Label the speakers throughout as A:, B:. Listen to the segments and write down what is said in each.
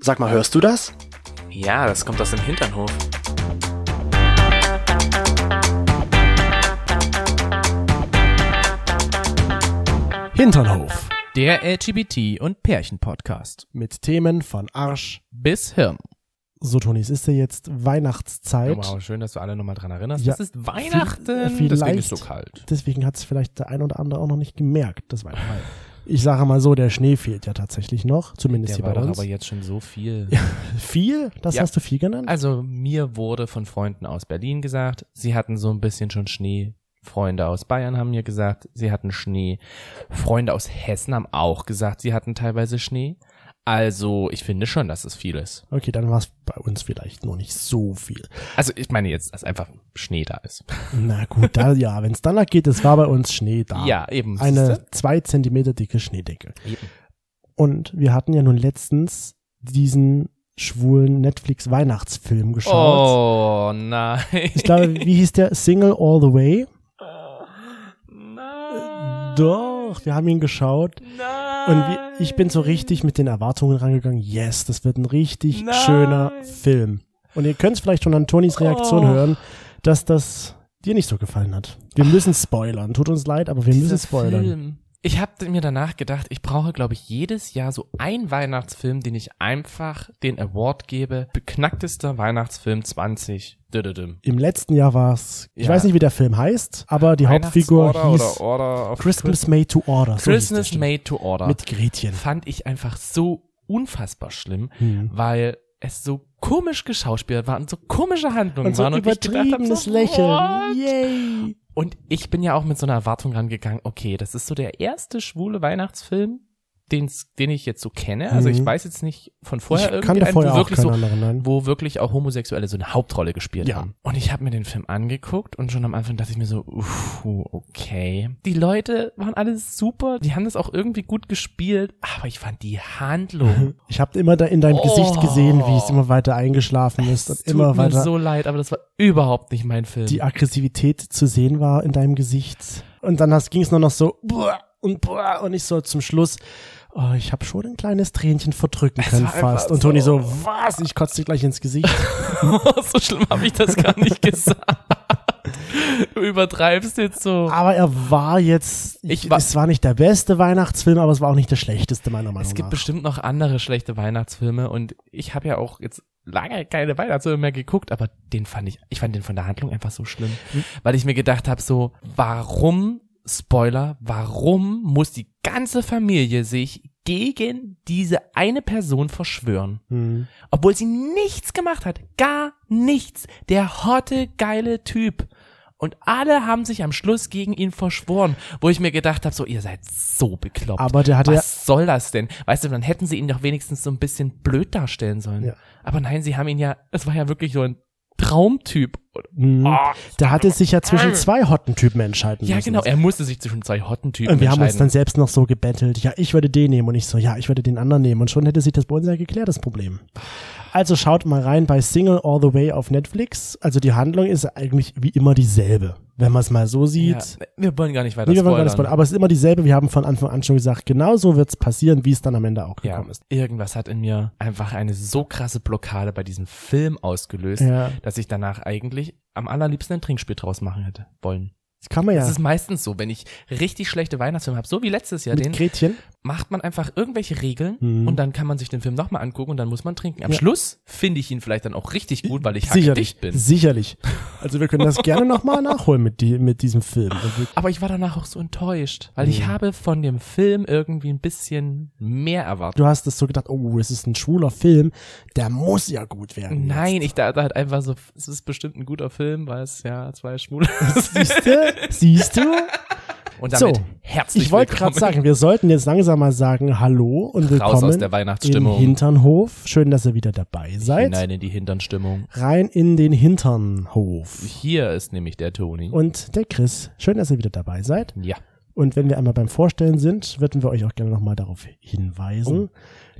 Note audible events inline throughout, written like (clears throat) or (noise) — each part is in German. A: Sag mal, hörst du das?
B: Ja, das kommt aus dem Hinternhof.
A: Hinternhof.
C: Der LGBT- und Pärchen-Podcast.
A: Mit Themen von Arsch.
C: Bis Hirn.
A: So, Toni, es ist ja jetzt Weihnachtszeit.
B: Wow, schön, dass du alle nochmal dran erinnerst.
A: Ja,
B: es ist Weihnachten.
A: vielleicht-
B: Deswegen ist es so kalt.
A: Deswegen hat es vielleicht der ein oder andere auch noch nicht gemerkt, das Weihnachten. Ich sage mal so, der Schnee fehlt ja tatsächlich noch, zumindest
B: Der
A: hier
B: war
A: bei
B: doch
A: uns.
B: aber jetzt schon so viel.
A: viel? Das
B: Ja.
A: hast du viel genannt?
B: Also mir wurde von Freunden aus Berlin gesagt, sie hatten so ein bisschen schon Schnee. Freunde aus Bayern haben mir gesagt, sie hatten Schnee. Freunde aus Hessen haben auch gesagt, sie hatten teilweise Schnee. Also ich finde schon, dass es viel ist.
A: Okay, dann war es bei uns vielleicht noch nicht so viel.
B: Also ich meine jetzt, dass einfach Schnee da ist.
A: Na gut, da, ja, wenn es danach geht, es war bei uns Schnee da.
B: Ja, eben.
A: Ah. Eine zwei Zentimeter dicke Schneedecke.
B: siehste? Eben.
A: Und wir hatten ja nun letztens diesen schwulen Netflix-Weihnachtsfilm geschaut.
B: Oh nein.
A: Ich glaube, wie hieß der? Single All the Way?
B: (laughs) Nein.
A: Doch, wir haben ihn geschaut.
B: Nein.
A: Und wir, ich bin so richtig mit den Erwartungen rangegangen. Yes, das wird ein richtig
B: Nein.
A: schöner Film. Und ihr könnt es vielleicht schon an Tonis Reaktion
B: Oh.
A: hören, dass das dir nicht so gefallen hat. Wir müssen spoilern. Tut uns leid, aber wir müssen
B: Dieser
A: spoilern.
B: Film. Ich habe mir danach gedacht, ich brauche, glaube ich, jedes Jahr so einen Weihnachtsfilm, den ich einfach den Award gebe. Beknacktester Weihnachtsfilm 20. Düdüdüm.
A: Im letzten Jahr war es, ich
B: Ja.
A: weiß nicht, wie der Film heißt, aber die Hauptfigur
B: Weihnachtsorder
A: hieß
B: oder Order of
A: Christmas Made to Order. so hieß der
B: Christmas
A: Stück.
B: Made to Order.
A: Mit Gretchen.
B: Fand ich einfach so unfassbar schlimm,
A: Hm.
B: weil es so komisch geschauspielt war und so komische Handlungen
A: Und so ein
B: waren. ich gedacht hab,
A: übertriebenes
B: so,
A: Lächeln.
B: what?
A: Yay.
B: Und ich bin ja auch mit so einer Erwartung rangegangen, okay, das ist so der erste schwule Weihnachtsfilm, den's, den ich jetzt so kenne. Also
A: Mhm.
B: ich weiß jetzt nicht von vorher
A: ich kann da
B: irgendeinen,
A: vorher
B: wo
A: auch
B: wirklich
A: keinen
B: so
A: anderen, nein.
B: wo wirklich auch Homosexuelle so eine Hauptrolle gespielt
A: Ja.
B: haben. Und ich habe mir den Film angeguckt und schon am Anfang dachte ich mir so, uff, okay. Die Leute waren alle super, die haben das auch irgendwie gut gespielt, aber ich fand die
A: (laughs)
B: Handlung,
A: (laughs) Ich habe immer da in deinem
B: Oh.
A: Gesicht gesehen, wie es immer weiter eingeschlafen ist und
B: es tut
A: immer
B: mir
A: weiter
B: so leid, aber das war überhaupt nicht mein Film.
A: die Aggressivität zu sehen war in deinem Gesicht. Und dann ging es nur noch so boah, und boah, und ich so zum Schluss, oh, ich habe schon ein kleines Tränchen verdrücken können
B: war einfach
A: fast. Und Toni so,
B: so-
A: was? Ich kotze dir gleich ins Gesicht.
B: (laughs) so schlimm habe ich das gar nicht (laughs) gesagt. Du übertreibst jetzt so.
A: aber er war jetzt,
B: Ich war-
A: es war nicht der beste Weihnachtsfilm, aber es war auch nicht der schlechteste meiner Meinung
B: Es gibt
A: nach.
B: bestimmt noch andere schlechte Weihnachtsfilme und ich habe ja auch jetzt lange keine Weihnachtsfilme mehr geguckt, aber den fand ich, ich fand den von der Handlung einfach so schlimm, weil ich mir gedacht habe, so, warum, Spoiler, warum muss die ganze Familie sich gegen diese eine Person verschwören?
A: Hm.
B: Obwohl sie nichts gemacht hat. Gar nichts. Der hotte, geile Typ. Und alle haben sich am Schluss gegen ihn verschworen, wo ich mir gedacht habe, so, ihr seid so bekloppt.
A: Aber der hatte ja-
B: Was soll das denn? Weißt du, dann hätten sie ihn doch wenigstens so ein bisschen blöd darstellen sollen.
A: Ja.
B: Aber nein, sie haben ihn ja, es war ja wirklich so ein Traumtyp. Und-
A: Hm.
B: Ah.
A: Der hatte sich ja zwischen zwei hotten Typen entscheiden
B: äh. ja,
A: müssen.
B: genau. Er musste sich zwischen zwei Hottentypen
A: Und Äh, wir haben uns dann
B: entscheiden.
A: selbst noch so gebettelt, ja, ich würde den nehmen und ich so, ja, ich würde den anderen nehmen. Und schon hätte sich das bei uns ja geklärt, das Problem. Also schaut mal rein bei Single All the Way auf Netflix. Also die Handlung ist eigentlich wie immer dieselbe, wenn man es mal so sieht.
B: ja, wir wollen gar nicht weiter
A: Nee, wir wollen gar
B: spoilern.
A: nicht spoilern, aber es ist immer dieselbe. Wir haben von Anfang an schon gesagt, genau so wird es passieren, wie es dann am Ende auch
B: ja,
A: gekommen ist.
B: irgendwas hat in mir einfach eine so krasse Blockade bei diesem Film ausgelöst,
A: Ja.
B: dass ich danach eigentlich am allerliebsten ein Trinkspiel draus machen hätte wollen.
A: Das kann man
B: Es
A: ja.
B: ist meistens so, wenn ich richtig schlechte Weihnachtsfilme habe, so wie letztes Jahr,
A: Mit
B: den
A: Gretchen.
B: macht man einfach irgendwelche Regeln
A: Mhm.
B: und dann kann man sich den Film nochmal angucken und dann muss man trinken. Am
A: Ja.
B: Schluss finde ich ihn vielleicht dann auch richtig gut, weil ich
A: Sicherlich.
B: hackedicht bin.
A: Sicherlich. Also wir
B: (laughs)
A: können das gerne nochmal nachholen mit, die, mit diesem Film. Und wir
B: Aber ich war danach auch so enttäuscht, weil ich
A: Mhm.
B: habe von dem Film irgendwie ein bisschen mehr erwartet.
A: Du hast es so gedacht, oh, es ist ein schwuler Film, der muss ja gut werden.
B: Nein, ich dachte halt einfach so, es ist bestimmt ein guter Film, weil es ja zwei (laughs) Schwule
A: Siehst du?
B: (laughs)
A: Siehst du?
B: Und damit
A: So,
B: herzlich
A: Ich wollte gerade
B: willkommen.
A: sagen, wir sollten jetzt langsam mal sagen, hallo und willkommen
B: (laughs) raus aus der
A: im
B: Weihnachtsstimmung,
A: Hinternhof. Schön, dass ihr wieder dabei seid.
B: hinein in die Hinternstimmung.
A: Rein in den Hinternhof.
B: Hier ist nämlich der Toni.
A: Und der Chris, schön, dass ihr wieder dabei seid.
B: ja.
A: Und wenn wir einmal beim Vorstellen sind, würden wir euch auch gerne nochmal darauf hinweisen,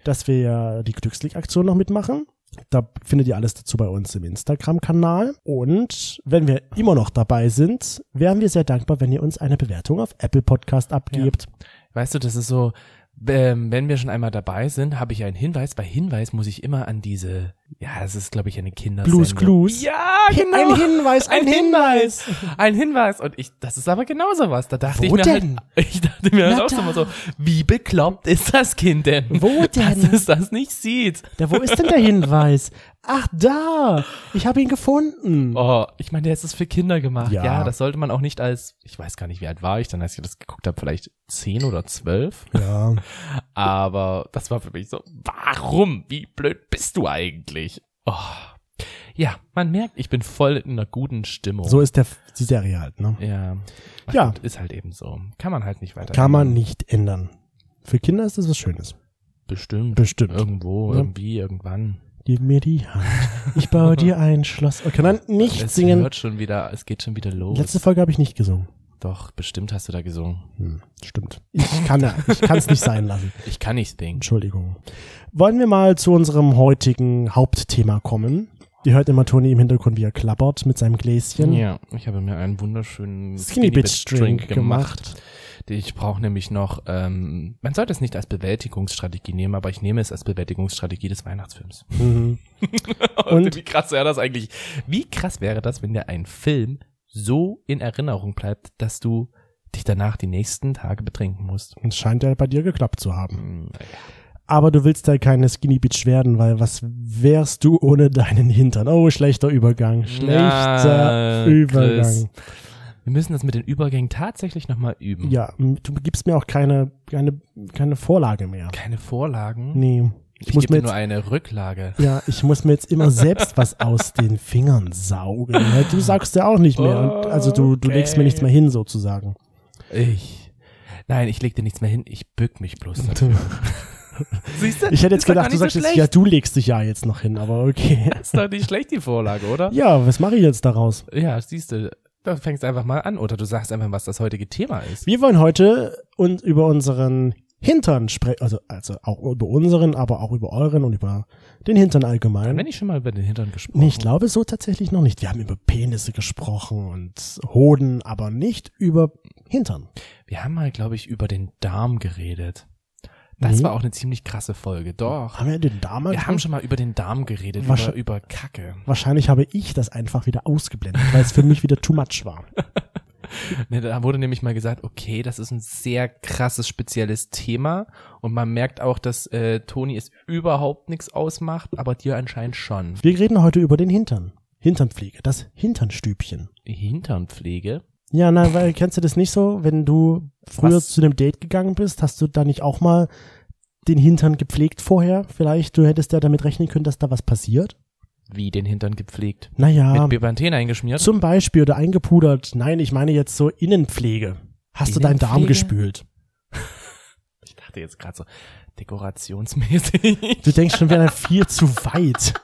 A: dass wir ja die Glückslick-Aktion noch mitmachen. Da findet ihr alles dazu bei uns im Instagram-Kanal. Und wenn wir immer noch dabei sind, wären wir sehr dankbar, wenn ihr uns eine Bewertung auf Apple Podcast abgebt.
B: Weißt du, das ist so, Ähm, wenn wir schon einmal dabei sind, habe ich einen Hinweis. Bei Hinweis muss ich immer an diese, ja, es ist, glaube ich, eine Kindersendung.
A: Blues Clues.
B: Ja, genau.
A: Ein Hinweis, ein,
B: Ein
A: Hinweis.
B: Ein Hinweis. Und ich, das ist aber genauso was. Da dachte
A: Wo
B: ich mir
A: denn?
B: halt, (laughs) ich dachte mir halt
A: Na
B: auch schon mal
A: da.
B: so, wie bekloppt ist das Kind denn?
A: Wo denn?
B: (laughs) Dass es das nicht sieht.
A: Da, wo ist denn der Hinweis? Ach, da. Ich habe ihn gefunden.
B: Oh, ich meine, der ist es für Kinder gemacht.
A: Ja.
B: Ja. das sollte man auch nicht als, ich weiß gar nicht, wie alt war ich dann, als ich das geguckt habe, vielleicht zehn
A: (laughs)
B: oder zwölf.
A: Ja.
B: Aber das war für mich so, warum? Wie blöd bist du eigentlich? Oh. Ja, man merkt, ich bin voll in einer guten Stimmung.
A: So ist der, die Serie halt, ne?
B: ja.
A: Ja.
B: Gut, Ist halt eben so. Kann man halt nicht weiter.
A: Kann man nicht ändern. Für Kinder ist das was Schönes.
B: Bestimmt.
A: Bestimmt.
B: Irgendwo,
A: Ja.
B: irgendwie, irgendwann.
A: Gib mir die Hand. Ich baue dir ein Schloss. Okay, nein, nicht
B: Es
A: singen.
B: hört schon wieder, es geht schon wieder los.
A: Letzte Folge habe ich nicht gesungen.
B: Doch, bestimmt hast du da gesungen.
A: Hm, stimmt. Ich kann ich es nicht sein lassen.
B: Ich kann nicht singen.
A: Entschuldigung. Wollen wir mal zu unserem heutigen Hauptthema kommen? Ihr hört immer Toni im Hintergrund, wie er klappert mit seinem Gläschen.
B: Ja, ich habe mir einen wunderschönen
A: Skinny Bitch Drink gemacht.
B: Die- Ich brauche nämlich noch, ähm, man sollte es nicht als Bewältigungsstrategie nehmen, aber ich nehme es als Bewältigungsstrategie
A: (laughs)
B: des Weihnachtsfilms.
A: Mhm.
B: Und
A: Und-
B: wie krass wäre das eigentlich? Wie krass wäre das, wenn dir ein Film so in Erinnerung bleibt, dass du dich danach die nächsten Tage betrinken musst?
A: Und es scheint ja bei dir geklappt zu haben.
B: Hm,
A: Aber du willst ja keine Skinny Bitch werden, weil was wärst du ohne deinen Hintern? Oh, schlechter Übergang. Schlechter
B: Na,
A: Übergang.
B: Chris. Wir müssen das mit den Übergängen tatsächlich nochmal üben.
A: Ja, m- du gibst mir auch keine, keine, keine Vorlage mehr.
B: Keine Vorlagen.
A: Nee. Ich,
B: ich
A: muss
B: gebe
A: mir
B: dir nur
A: jetzt,
B: eine Rücklage.
A: ja, ich muss mir jetzt
B: (laughs)
A: immer selbst was aus den Fingern saugen. ne? Du sagst ja auch nicht mehr. Und, also du, du legst mir
B: Okay.
A: nichts mehr hin, sozusagen.
B: Ich. Nein, ich leg dir nichts mehr hin. Ich bück mich bloß dafür. (laughs) Siehst du?
A: Ich hätte jetzt
B: Ist doch gar
A: gedacht, du
B: nicht
A: sagst
B: so
A: jetzt, ja,
B: schlecht.
A: du legst dich ja jetzt noch hin, aber okay.
B: Ist doch nicht schlecht, die Vorlage, oder?
A: Ja, was mache ich jetzt daraus?
B: Ja, siehst du. Da fängst einfach mal an. Oder du sagst einfach, was das heutige Thema ist.
A: Wir wollen heute und über unseren Hintern sprechen, also, also auch über unseren, aber auch über euren und über den Hintern allgemein.
B: Wenn ich schon mal über den Hintern gesprochen
A: Nee, ich glaube so tatsächlich noch nicht. Wir haben über Penisse gesprochen und Hoden, aber nicht über Hintern.
B: Wir haben mal, glaube ich, über den Darm geredet. Das
A: Nee.
B: war auch eine ziemlich krasse Folge. Doch.
A: Haben wir den damals?
B: Wir haben schon mal über den Darm geredet.
A: Wasch-
B: Über, über Kacke.
A: Wahrscheinlich habe ich das einfach wieder ausgeblendet, weil es für mich wieder too much war.
B: Ne, da wurde nämlich mal gesagt, okay, das ist ein sehr krasses, spezielles Thema. Und man merkt auch, dass äh, Toni es überhaupt nichts ausmacht, aber dir anscheinend schon.
A: Wir reden heute über den Hintern. Hinternpflege, das Hinternstübchen.
B: Hinternpflege?
A: Ja, na, weil kennst du das nicht so, wenn du früher
B: Was?
A: zu einem Date gegangen bist, hast du da nicht auch mal den Hintern gepflegt vorher? Vielleicht, du hättest ja damit rechnen können, dass da was passiert?
B: Wie den Hintern gepflegt?
A: Naja,
B: Mit Bepanthen eingeschmiert?
A: Zum Beispiel oder eingepudert. Nein, ich meine jetzt so Innenpflege. Hast du deinen Darm
B: Innenpflege?
A: gespült?
B: Ich dachte jetzt gerade so, dekorationsmäßig.
A: Du denkst schon wieder viel zu
B: (laughs)
A: weit.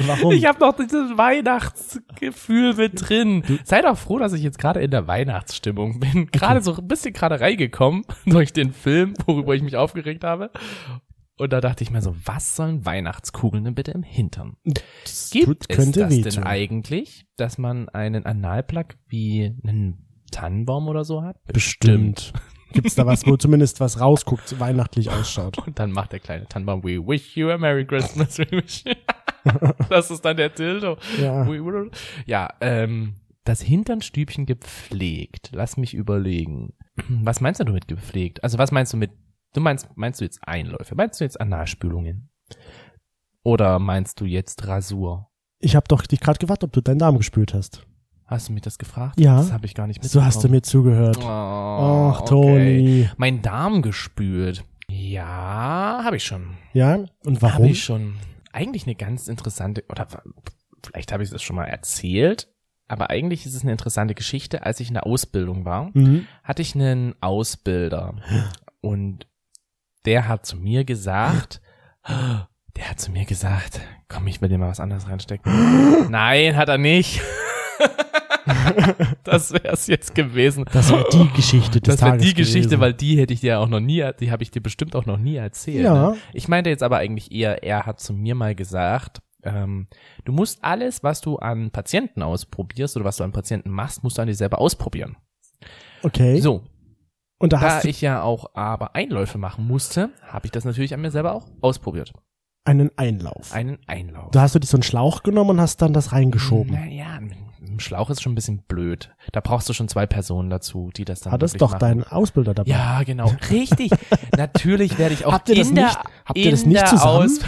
A: Warum?
B: Ich habe noch dieses Weihnachtsgefühl mit drin. Sei doch froh, dass ich jetzt gerade in der Weihnachtsstimmung bin. (laughs) Gerade so ein bisschen gerade reingekommen (laughs) durch den Film, worüber ich mich aufgeregt habe. Und da dachte ich mir so, was sollen Weihnachtskugeln denn bitte im Hintern?
A: Das
B: Gibt es
A: könnte
B: das denn
A: wehtun.
B: eigentlich, dass man einen Analplug wie einen Tannenbaum oder so hat? (laughs)
A: Bestimmt. Gibt's da was, wo zumindest was rausguckt, so weihnachtlich ausschaut?
B: Und dann macht der kleine Tannenbaum, we wish you a Merry Christmas. We wish you. (laughs) das ist dann der Dildo.
A: Ja.
B: We will- Ja, ähm, das Hinternstübchen gepflegt. Lass mich überlegen. (clears throat) Was meinst du damit gepflegt? Also was meinst du mit, du meinst, meinst du jetzt Einläufe? Meinst du jetzt Analspülungen? Oder meinst du jetzt Rasur?
A: Ich habe doch dich gerade gefragt, ob du deinen Darm gespült hast.
B: Hast du mich das gefragt?
A: Ja.
B: Das habe ich gar nicht
A: So
B: mitbekommen.
A: hast du mir zugehört.
B: Oh,
A: Ach,
B: okay.
A: Toni.
B: Mein Darm gespült. Ja, habe ich schon.
A: Ja, und
B: Habe
A: warum?
B: ich schon. Eigentlich eine ganz interessante, oder vielleicht habe ich es schon mal erzählt, aber eigentlich ist es eine interessante Geschichte. Als ich in der Ausbildung war,
A: Mhm.
B: hatte ich einen Ausbilder und der hat zu mir gesagt, (gasps) der hat zu mir gesagt, komm, ich will dir mal was
A: (gasps)
B: anderes reinstecken. Nein, hat
A: (laughs)
B: er nicht. das wäre es jetzt gewesen.
A: Das war die Geschichte des
B: Das war
A: Tages
B: die Geschichte,
A: gewesen.
B: weil die hätte ich dir auch noch nie, die habe ich dir bestimmt auch noch nie erzählt.
A: Ja.
B: Ne? Ich meinte jetzt aber eigentlich eher, er hat zu mir mal gesagt, ähm, du musst alles, was du an Patienten ausprobierst oder was du an Patienten machst, musst du an dir selber ausprobieren.
A: Okay.
B: So.
A: Und da,
B: Da
A: hast du
B: ich ja auch aber Einläufe machen musste, habe ich das natürlich an mir selber auch ausprobiert.
A: einen Einlauf.
B: Einen Einlauf.
A: da hast du dich so einen Schlauch genommen und hast dann das reingeschoben.
B: Naja, mit dem Schlauch ist schon ein bisschen blöd. Da brauchst du schon zwei Personen dazu, die das dann
A: Hattest
B: wirklich
A: doch
B: machen.
A: deinen Ausbilder dabei.
B: Ja,
A: (laughs)
B: genau. Richtig. Natürlich werde ich auch
A: Habt ihr das
B: in der,
A: nicht- habt ihr das
B: in
A: nicht
B: der
A: zusammen?
B: Aus,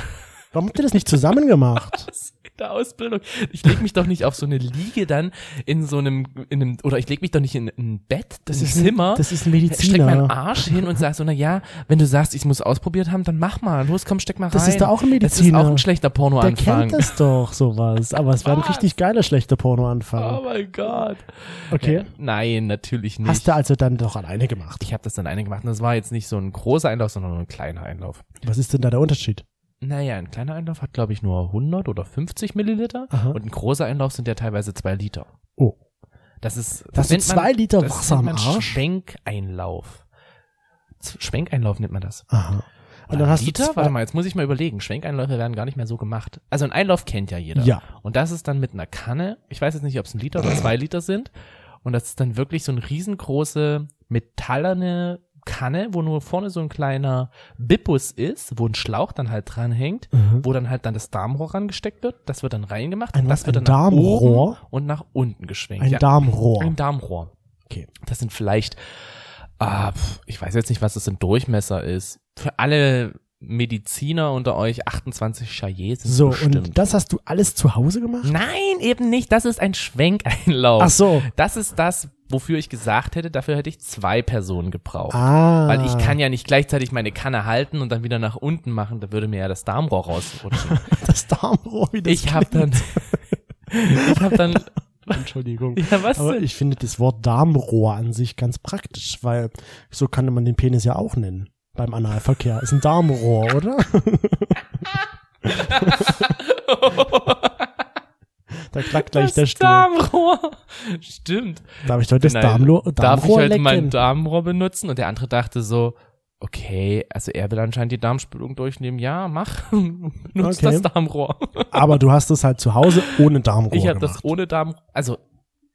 A: Warum habt ihr das nicht zusammen gemacht?
B: in der Ausbildung. Ich lege mich doch nicht auf so eine Liege dann in so einem, in einem oder ich lege mich doch nicht in ein Bett, das ist
A: ein-
B: Zimmer.
A: Mhm. Das ist ein
B: Steck meinen
A: Mediziner.
B: Arsch hin und sag so, na ja, wenn du sagst, ich muss ausprobiert haben, dann mach mal. Los, komm, steck mal
A: Das
B: rein.
A: ist doch auch ein
B: Das ist auch
A: Mediziner.
B: ein schlechter
A: Der
B: Pornoanfang.
A: kennt das doch, sowas. Aber es wäre ein
B: Was?
A: richtig geiler, schlechter Pornoanfang.
B: Oh mein Gott. Äh,
A: Okay.
B: Nein, natürlich nicht.
A: Hast du also dann doch alleine gemacht.
B: ich habe das dann eine gemacht und das war jetzt nicht so ein großer Einlauf, sondern nur ein kleiner Einlauf.
A: Was ist denn da der Unterschied?
B: Naja, ein kleiner Einlauf hat, glaube ich, nur 100 oder 50 Milliliter
A: Aha.
B: und ein großer Einlauf sind ja teilweise zwei Liter.
A: Hm? Oh.
B: Das ist,
A: Das sind
B: nennt man-
A: zwei Liter
B: das
A: Wasser
B: nennt
A: am
B: man
A: Arsch.
B: Schwenkeinlauf. Z- Schwenkeinlauf nennt man das.
A: Aha. Und
B: Oder
A: dann hast
B: Liter?
A: du zwei,
B: Warte mal, jetzt muss ich mal überlegen. Schwenkeinläufe werden gar nicht mehr so gemacht. Also ein Einlauf kennt ja jeder.
A: Ja.
B: Und das ist dann mit einer Kanne. Ich weiß jetzt nicht, ob es ein Liter oder zwei Liter sind. Und das ist dann wirklich so eine riesengroße metallerne Kanne, wo nur vorne so ein kleiner Bippus ist, wo ein Schlauch dann halt dranhängt,
A: Mhm.
B: wo dann halt dann das Darmrohr rangesteckt wird. Das wird dann reingemacht.
A: Ein
B: und
A: was?
B: das wird
A: Ein
B: dann nach
A: Darmrohr?
B: oben und nach unten geschwenkt.
A: ein
B: ja.
A: Darmrohr.
B: Ein Darmrohr.
A: Okay.
B: Das sind vielleicht, ah, pf, ich weiß jetzt nicht, was das im Durchmesser ist. Für alle Mediziner unter euch, 28 Chaillets sind
A: So,
B: bestimmt.
A: und das hast du alles zu Hause gemacht?
B: Nein, eben nicht. Das ist ein Schwenkeinlauf.
A: Ach so.
B: Das ist das, wofür ich gesagt hätte, dafür hätte ich zwei Personen gebraucht.
A: Ah.
B: Weil ich kann ja nicht gleichzeitig meine Kanne halten und dann wieder nach unten machen, da würde mir ja das Darmrohr rausrutschen.
A: Ah. (laughs) das Darmrohr wieder.
B: ich habe dann, (laughs) ich habe dann,
A: (laughs) Entschuldigung.
B: ja was
A: Aber
B: denn?
A: ich finde das Wort Darmrohr an sich ganz praktisch, weil so kann man den Penis ja auch nennen. Beim Analverkehr. Ist ein Darmrohr, oder? da klackt gleich der
B: das
A: Stuhl.
B: Darmrohr. Stimmt.
A: Darf ich heute das
B: Nein,
A: Darmlo Darmrohr
B: darf ich halt
A: lecken?
B: meinen Darmrohr benutzen? Und der andere dachte so, okay, also er will anscheinend die Darmspülung durchnehmen. Ja, mach, (laughs) nutz
A: Okay.
B: das Darmrohr.
A: Aber du hast es halt zu Hause ohne Darmrohr
B: ich habe
A: gemacht.
B: das ohne Darmrohr, also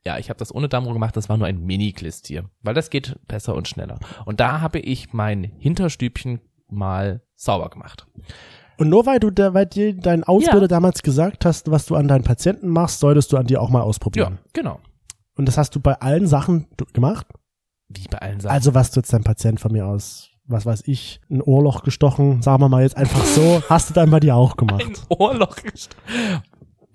B: ja, ich habe das ohne Darmrohr gemacht, das war nur ein Mini-Glist hier, weil das geht besser und schneller. Und da habe ich mein Hinterstübchen mal sauber gemacht.
A: Und nur weil du da, weil dir dein Ausbilder
B: Ja.
A: damals gesagt hast, was du an deinen Patienten machst, solltest du an dir auch mal
B: Ja,
A: ausprobieren.
B: genau.
A: Und das hast du bei allen Sachen du- gemacht?
B: Wie bei allen Sachen.
A: Also was du jetzt dein Patient von mir aus, was weiß ich, ein Ohrloch gestochen, sagen wir mal jetzt einfach
B: (laughs)
A: so, hast du dann bei dir auch
B: ein
A: gemacht.
B: Ohrloch gestochen.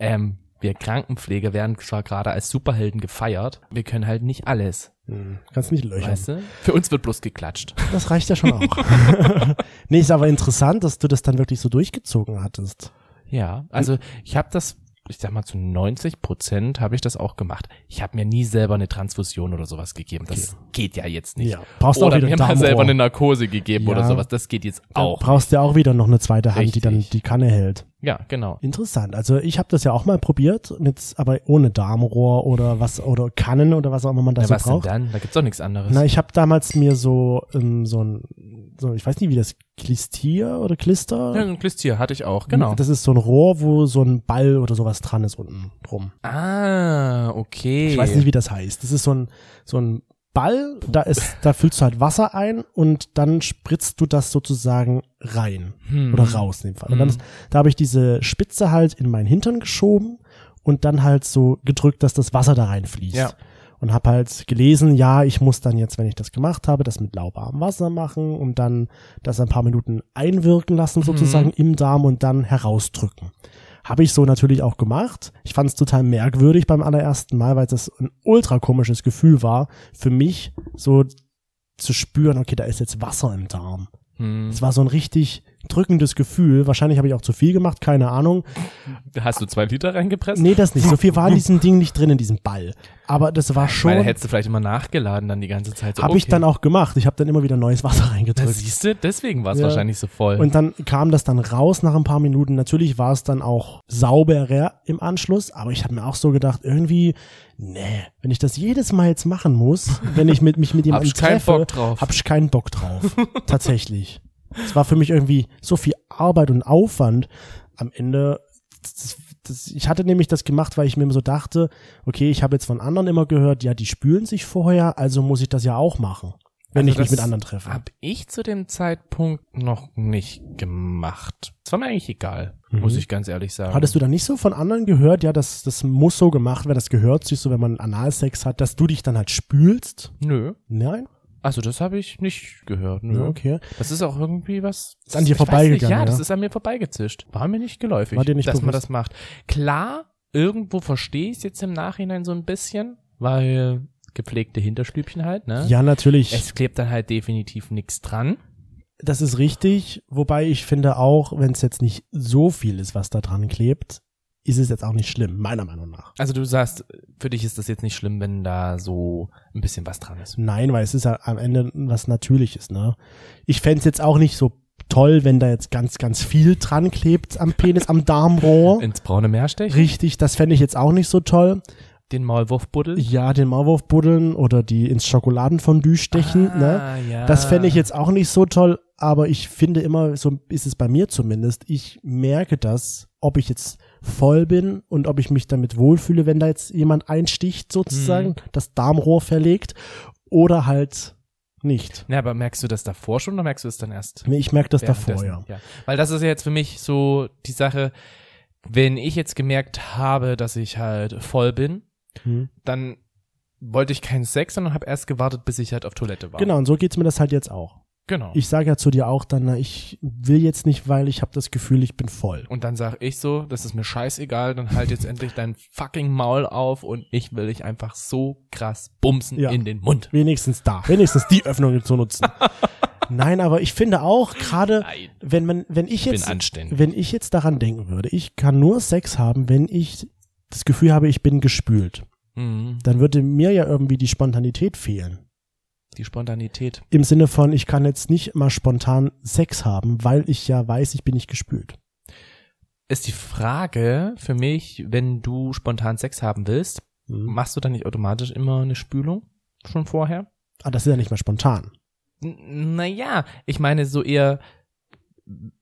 B: Ähm, wir Krankenpfleger werden zwar gerade als Superhelden gefeiert, wir können halt nicht alles.
A: Hm, Kannst nicht löchern.
B: Weißt du? Für uns wird bloß geklatscht.
A: Das reicht ja schon auch.
B: (laughs)
A: nee, ist aber interessant, dass du das dann wirklich so durchgezogen hattest.
B: Ja, also ich habe das, ich sag mal zu 90 Prozent habe ich das auch gemacht. Ich habe mir nie selber eine Transfusion oder sowas gegeben. Das geht ja jetzt nicht.
A: Ja, brauchst auch
B: oder
A: wieder
B: mir
A: ein
B: mal
A: Darmrohr.
B: selber eine Narkose gegeben oder
A: Ja.
B: sowas. Das geht jetzt
A: Dann
B: auch.
A: brauchst du ja auch wieder noch eine zweite Hand, die dann
B: Richtig.
A: die Kanne hält.
B: Ja, genau.
A: Interessant. Also ich habe das ja auch mal probiert, mit, aber ohne Darmrohr oder was oder Kannen oder was auch immer man
B: Na,
A: dazu
B: was
A: braucht.
B: denn dann? Da gibt's doch nichts anderes.
A: Na, ich habe damals mir so ähm, so ein so ich weiß nicht wie das Klistier oder Klister.
B: ja, ein Klistier hatte ich auch, genau.
A: Das ist so ein Rohr, wo so ein Ball oder sowas dran ist unten drum.
B: ah, okay.
A: Ich weiß nicht, wie das heißt. Das ist so ein, so ein Ball, da ist, da füllst du halt Wasser ein und dann spritzt du das sozusagen rein
B: Hm.
A: oder raus in dem Fall. Und dann
B: Mhm.
A: ist, da habe ich diese Spitze halt in meinen Hintern geschoben und dann halt so gedrückt, dass das Wasser da reinfließt.
B: Ja.
A: Und habe halt gelesen, ja, ich muss dann jetzt, wenn ich das gemacht habe, das mit lauwarmem Wasser machen und dann das ein paar Minuten einwirken lassen
B: Hm.
A: sozusagen im Darm und dann herausdrücken. Habe ich so natürlich auch gemacht. Ich fand es total merkwürdig beim allerersten Mal, weil das ein ultra komisches Gefühl war für mich, so zu spüren, okay, da ist jetzt Wasser im Darm.
B: Hm.
A: Es war so ein richtig drückendes Gefühl. Wahrscheinlich habe ich auch zu viel gemacht, keine Ahnung.
B: Hast du zwei Liter reingepresst?
A: Nee, das nicht. So viel war in diesem Ding nicht drin, in diesem Ball. Aber das war
B: Ich meine,
A: schon.
B: hättest du vielleicht immer nachgeladen dann die ganze Zeit. So,
A: Habe
B: okay.
A: ich dann auch gemacht. Ich habe dann immer wieder neues Wasser
B: Das
A: reingedrückt.
B: siehst du, deswegen war es
A: Ja.
B: wahrscheinlich so voll.
A: Und dann kam das dann raus nach ein paar Minuten. Natürlich war es dann auch sauberer im Anschluss, aber ich habe mir auch so gedacht, irgendwie, nee, wenn ich das jedes Mal jetzt machen
B: (laughs)
A: muss, wenn ich mit, mich mit jemandem
B: Hab ich keinen
A: treffe,
B: Bock drauf.
A: hab ich keinen Bock
B: (laughs)
A: drauf. Tatsächlich. Es war für mich irgendwie so viel Arbeit und Aufwand. Am Ende, das, das, ich hatte nämlich das gemacht, weil ich mir immer so dachte, okay, ich habe jetzt von anderen immer gehört, ja, die spülen sich vorher, also muss ich das ja auch machen. wenn
B: Also
A: ich mich
B: das
A: mit anderen treffe.
B: Hab ich zu dem Zeitpunkt noch nicht gemacht. Es war mir eigentlich egal, muss ich ganz ehrlich sagen.
A: Mhm. Hattest du da nicht so von anderen gehört, ja, das, das muss so gemacht werden, das gehört sich so, wenn man Analsex hat, dass du dich dann halt spülst?
B: Nö.
A: Nein?
B: Also das habe ich nicht gehört. Nö.
A: Ja, okay.
B: Das ist auch irgendwie was.
A: Ist an dir
B: ich weiß
A: vorbeigegangen,
B: nicht, Ja,
A: ja.
B: das ist an mir vorbeigezischt. War mir nicht geläufig,
A: War dir nicht
B: dass man
A: bewusst.
B: das macht. Klar, irgendwo verstehe ich es jetzt im Nachhinein so ein bisschen, weil gepflegte Hinterstübchen halt, ne?
A: Ja, natürlich.
B: Es klebt dann halt definitiv nichts dran.
A: das ist richtig, wobei ich finde auch, wenn es jetzt nicht so viel ist, was da dran klebt, ist es jetzt auch nicht schlimm, meiner Meinung nach.
B: Also du sagst, für dich ist das jetzt nicht schlimm, wenn da so ein bisschen was dran ist.
A: Nein, weil es ist ja am Ende was Natürliches, ne? Ich fänd's jetzt auch nicht so toll, wenn da jetzt ganz, ganz viel dran klebt am Penis, am (laughs) Darmrohr.
B: Ins braune Meer stechen,
A: Richtig, das fände ich jetzt auch nicht so toll.
B: den Maulwurf buddeln.
A: Ja, den Maulwurf buddeln oder die ins Schokoladenfondue stechen, ne?
B: Ah, ja.
A: Das fände ich jetzt auch nicht so toll, aber ich finde immer, so ist es bei mir zumindest, ich merke das, ob ich jetzt voll bin und ob ich mich damit wohlfühle, wenn da jetzt jemand einsticht sozusagen,
B: Mhm.
A: das Darmrohr verlegt oder halt nicht.
B: Na, aber merkst du das davor schon oder merkst du es dann erst?
A: Nee, Ich merke das davor, ja.
B: Währenddessen, ja. Weil das ist ja jetzt für mich so die Sache, wenn ich jetzt gemerkt habe, dass ich halt voll bin,
A: Hm.
B: dann wollte ich keinen Sex, sondern habe erst gewartet, bis ich halt auf Toilette war.
A: Genau, und so geht's mir das halt jetzt auch.
B: Genau.
A: Ich sage ja zu dir auch dann, na, ich will jetzt nicht, weil ich habe das Gefühl, ich bin voll.
B: und dann sag ich so, das ist mir scheißegal, dann halt jetzt endlich dein fucking Maul auf und ich will dich einfach so krass bumsen
A: Ja.
B: in den Mund.
A: Wenigstens da, wenigstens die Öffnung zu
B: (laughs)
A: nutzen. Nein, aber ich finde auch gerade,
B: Nein.
A: wenn man, wenn ich
B: Ich bin
A: jetzt
B: anständig.
A: wenn ich jetzt daran denken würde, ich kann nur Sex haben, wenn ich das Gefühl habe, ich bin gespült,
B: Mhm.
A: dann würde mir ja irgendwie die Spontanität fehlen.
B: Die Spontanität.
A: Im Sinne von, ich kann jetzt nicht mal spontan Sex haben, weil ich ja weiß, ich bin nicht gespült.
B: Ist die Frage für mich, wenn du spontan Sex haben willst,
A: Hm.
B: machst du dann nicht automatisch immer eine Spülung schon vorher?
A: Ah, das ist ja nicht mal spontan.
B: N- Naja, ich meine so eher,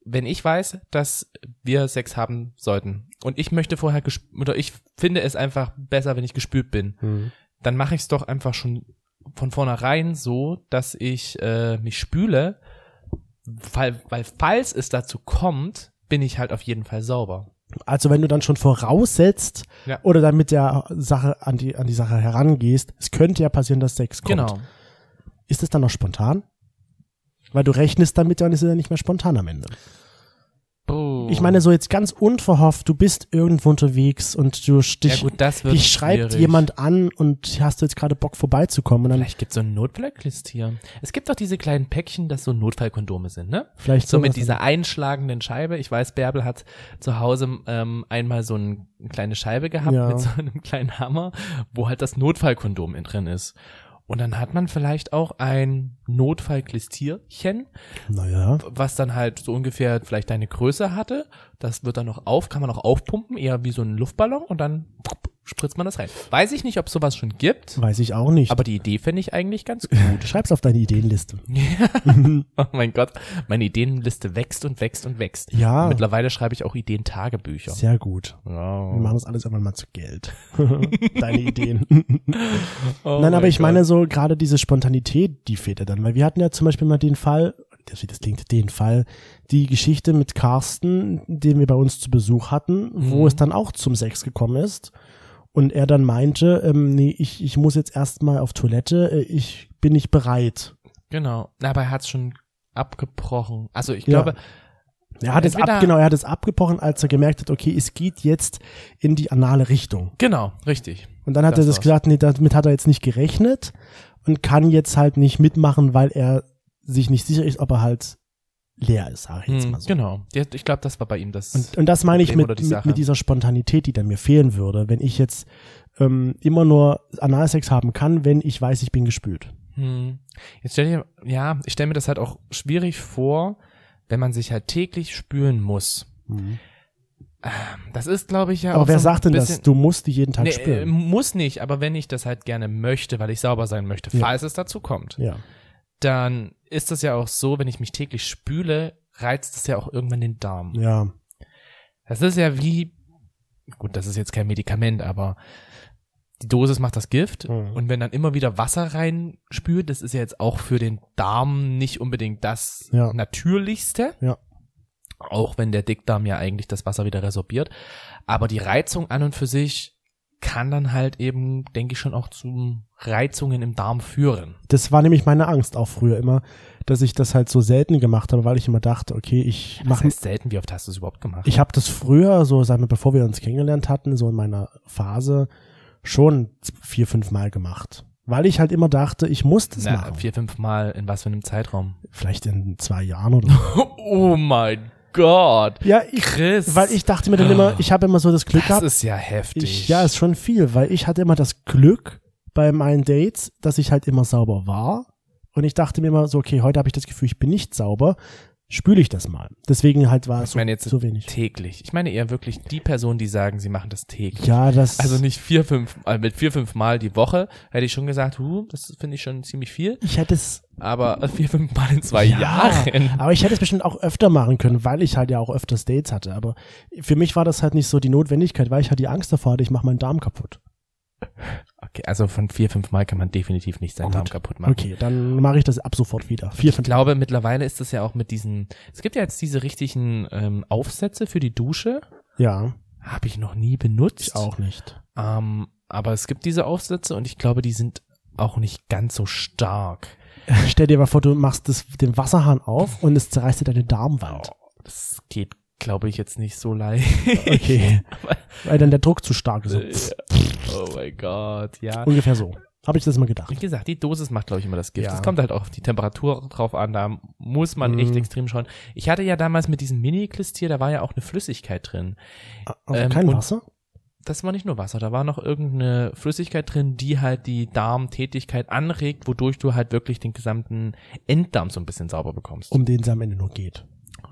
B: wenn ich weiß, dass wir Sex haben sollten und ich möchte vorher gesp oder ich finde es einfach besser, wenn ich gespült bin, dann mache ich es doch einfach schon von vornherein so, dass ich äh, mich spüle, weil, weil falls es dazu kommt, bin ich halt auf jeden Fall sauber.
A: Also wenn du dann schon voraussetzt
B: Ja.
A: oder dann mit der Sache an die, an die Sache herangehst, es könnte ja passieren, dass Sex kommt.
B: Genau.
A: Ist das dann noch spontan? Weil du rechnest damit ja und es ist ja nicht mehr spontan am Ende. Ich
B: Oh.
A: meine, so jetzt ganz unverhofft, du bist irgendwo unterwegs und du
B: ja
A: dich,
B: gut, das wird
A: dich schreibt
B: schwierig.
A: jemand an und hast du jetzt gerade Bock vorbeizukommen und dann
B: Vielleicht gibt's so ein Notfallkist hier. Es gibt doch diese kleinen Päckchen, das so Notfallkondome sind, ne?
A: vielleicht
B: So mit
A: sowas.
B: dieser einschlagenden Scheibe. Ich weiß, Bärbel hat zu Hause ähm, einmal so ein- eine kleine Scheibe gehabt
A: Ja.
B: mit so einem (laughs) kleinen Hammer, wo halt das Notfallkondom in drin ist. Und dann hat man vielleicht auch ein Notfallklistierchen,
A: Naja,
B: was dann halt so ungefähr vielleicht deine Größe hatte. Das wird dann noch auf, kann man noch aufpumpen, eher wie so ein Luftballon und dann spritzt man das rein. Weiß ich nicht, ob sowas schon gibt,
A: weiß ich auch nicht.
B: aber die Idee finde ich eigentlich ganz (laughs)
A: (laughs)
B: gut.
A: du schreibst auf deine Ideenliste.
B: Oh mein Gott, meine Ideenliste wächst und wächst und wächst.
A: Ja.
B: Mittlerweile schreibe ich auch Ideen-Tagebücher.
A: Sehr gut. Wir
B: Oh.
A: machen das alles irgendwann mal zu
B: (laughs)
A: Geld. deine Ideen.
B: Oh
A: Nein, aber ich meine so gerade diese Spontanität, die fehlt ja dann, weil wir hatten ja zum Beispiel mal den Fall, das, das klingt den Fall, die Geschichte mit Carsten, den wir bei uns zu Besuch hatten, wo
B: Mhm.
A: es dann auch zum Sex gekommen ist und er dann meinte, ähm, nee, ich, ich muss jetzt erstmal auf Toilette, äh, ich bin nicht bereit.
B: Genau. Na, Aber er hat's schon abgebrochen. Also ich
A: Ja.
B: glaube,
A: Er hat es
B: Entweder-
A: ab, genau, er hat es abgebrochen, als er gemerkt hat, okay, es geht jetzt in die anale Richtung.
B: genau, richtig.
A: Und dann hat
B: Das
A: er das
B: war's.
A: gesagt, nee, damit hat er jetzt nicht gerechnet und kann jetzt halt nicht mitmachen, weil er sich nicht sicher ist, ob er halt leer ist, sag ich jetzt
B: Hm,
A: mal so.
B: Genau. Ja, Ich glaube, das war bei ihm das.
A: Und, äh, und das meine ich
B: Problem
A: mit,
B: oder die
A: mit,
B: Sache.
A: mit dieser Spontanität, die dann mir fehlen würde, wenn ich jetzt ähm, immer nur Analsex haben kann, wenn ich weiß, ich bin gespült.
B: Hm. Jetzt stell dir, ja, ich stelle mir das halt auch schwierig vor, wenn man sich halt täglich spülen muss. Das ist, glaube ich, ja auch
A: Aber wer
B: so ein
A: sagt denn das?
B: bisschen-
A: Du musst die jeden Tag
B: Nee, äh,
A: spülen.
B: muss nicht, aber wenn ich das halt gerne möchte, weil ich sauber sein möchte,
A: Ja.
B: falls es dazu kommt.
A: Ja.
B: dann ist das ja auch so, wenn ich mich täglich spüle, reizt es ja auch irgendwann den Darm.
A: Ja.
B: Das ist ja wie, gut, das ist jetzt kein Medikament, aber die Dosis macht das Gift.
A: Mhm.
B: Und wenn dann immer wieder Wasser reinspült, das ist ja jetzt auch für den Darm nicht unbedingt das
A: Ja.
B: Natürlichste.
A: Ja.
B: Auch wenn der Dickdarm ja eigentlich das Wasser wieder resorbiert. Aber die Reizung an und für sich kann dann halt eben, denke ich, schon auch zu Reizungen im Darm führen.
A: Das war nämlich meine Angst auch früher immer, dass ich das halt so selten gemacht habe, weil ich immer dachte, okay, ich
B: Das
A: mache
B: heißt selten, wie oft hast du es überhaupt gemacht?
A: Ich habe das früher, so sagen wir, bevor wir uns kennengelernt hatten, so in meiner Phase schon z- vier, fünf Mal gemacht. Weil ich halt immer dachte, ich muss das
B: Na,
A: machen.
B: vier, fünf Mal in was für einem Zeitraum? (laughs)
A: Vielleicht in zwei Jahren oder so.
B: Oh mein Gott.
A: Ja, ich,
B: Chris.
A: weil ich dachte mir dann immer, ich habe immer so das Glück
B: Ah, das
A: gehabt.
B: ist ja heftig.
A: Ich, ja, ist schon viel, weil ich hatte immer das Glück bei meinen Dates, dass ich halt immer sauber war. Und ich dachte mir immer so, okay, heute habe ich das Gefühl, ich bin nicht sauber, spüle ich das mal. Deswegen halt war es
B: Ich
A: so,
B: meine jetzt
A: so wenig.
B: täglich. Ich meine eher wirklich die Personen, die sagen, sie machen das täglich.
A: Ja, das.
B: Also nicht vier, fünf, äh, mit vier, fünf Mal die Woche hätte ich schon gesagt, huh, das finde ich schon ziemlich viel.
A: ich hätte es
B: Aber (laughs) vier, fünf Mal in zwei
A: Ja,
B: Jahren.
A: Aber ich hätte es bestimmt auch öfter machen können, weil ich halt ja auch öfters Dates hatte. Aber für mich war das halt nicht so die Notwendigkeit, weil ich halt die Angst davor hatte, ich mache meinen Darm kaputt.
B: Okay, also von vier, fünf Mal kann man definitiv nicht seinen
A: Oh Gut.
B: Darm kaputt machen.
A: Okay, dann mache ich das ab sofort wieder. Vier,
B: Ich
A: fünf.
B: glaube, mittlerweile ist das ja auch mit diesen, es gibt ja jetzt diese richtigen ähm, Aufsätze für die Dusche.
A: Ja,
B: Habe ich noch nie benutzt.
A: ich auch
B: (laughs)
A: nicht.
B: Ähm, aber es gibt diese Aufsätze und ich glaube, die sind auch nicht ganz so stark.
A: Stell dir mal vor, du machst das, den Wasserhahn auf und es zerreißt dir deine Darmwand.
B: Oh. Das geht, glaube ich, jetzt nicht so leicht.
A: (laughs)
B: (laughs)
A: Okay. weil dann der Druck zu stark ist. So, pff,
B: oh mein Gott, ja.
A: Ungefähr so. Habe ich das mal gedacht.
B: Wie gesagt, die Dosis macht, glaube ich, immer das Gift.
A: Ja.
B: Es kommt halt auch auf die Temperatur drauf an, da muss man echt
A: Mhm.
B: extrem schauen. Ich hatte ja damals mit diesem Mini-Clist hier, da war ja auch eine Flüssigkeit drin.
A: Also
B: Ähm,
A: kein
B: und-
A: Wasser?
B: Das war nicht nur Wasser, da war noch irgendeine Flüssigkeit drin, die halt die Darmtätigkeit anregt, wodurch du halt wirklich den gesamten Enddarm so ein bisschen sauber bekommst.
A: Um den es am Ende nur geht.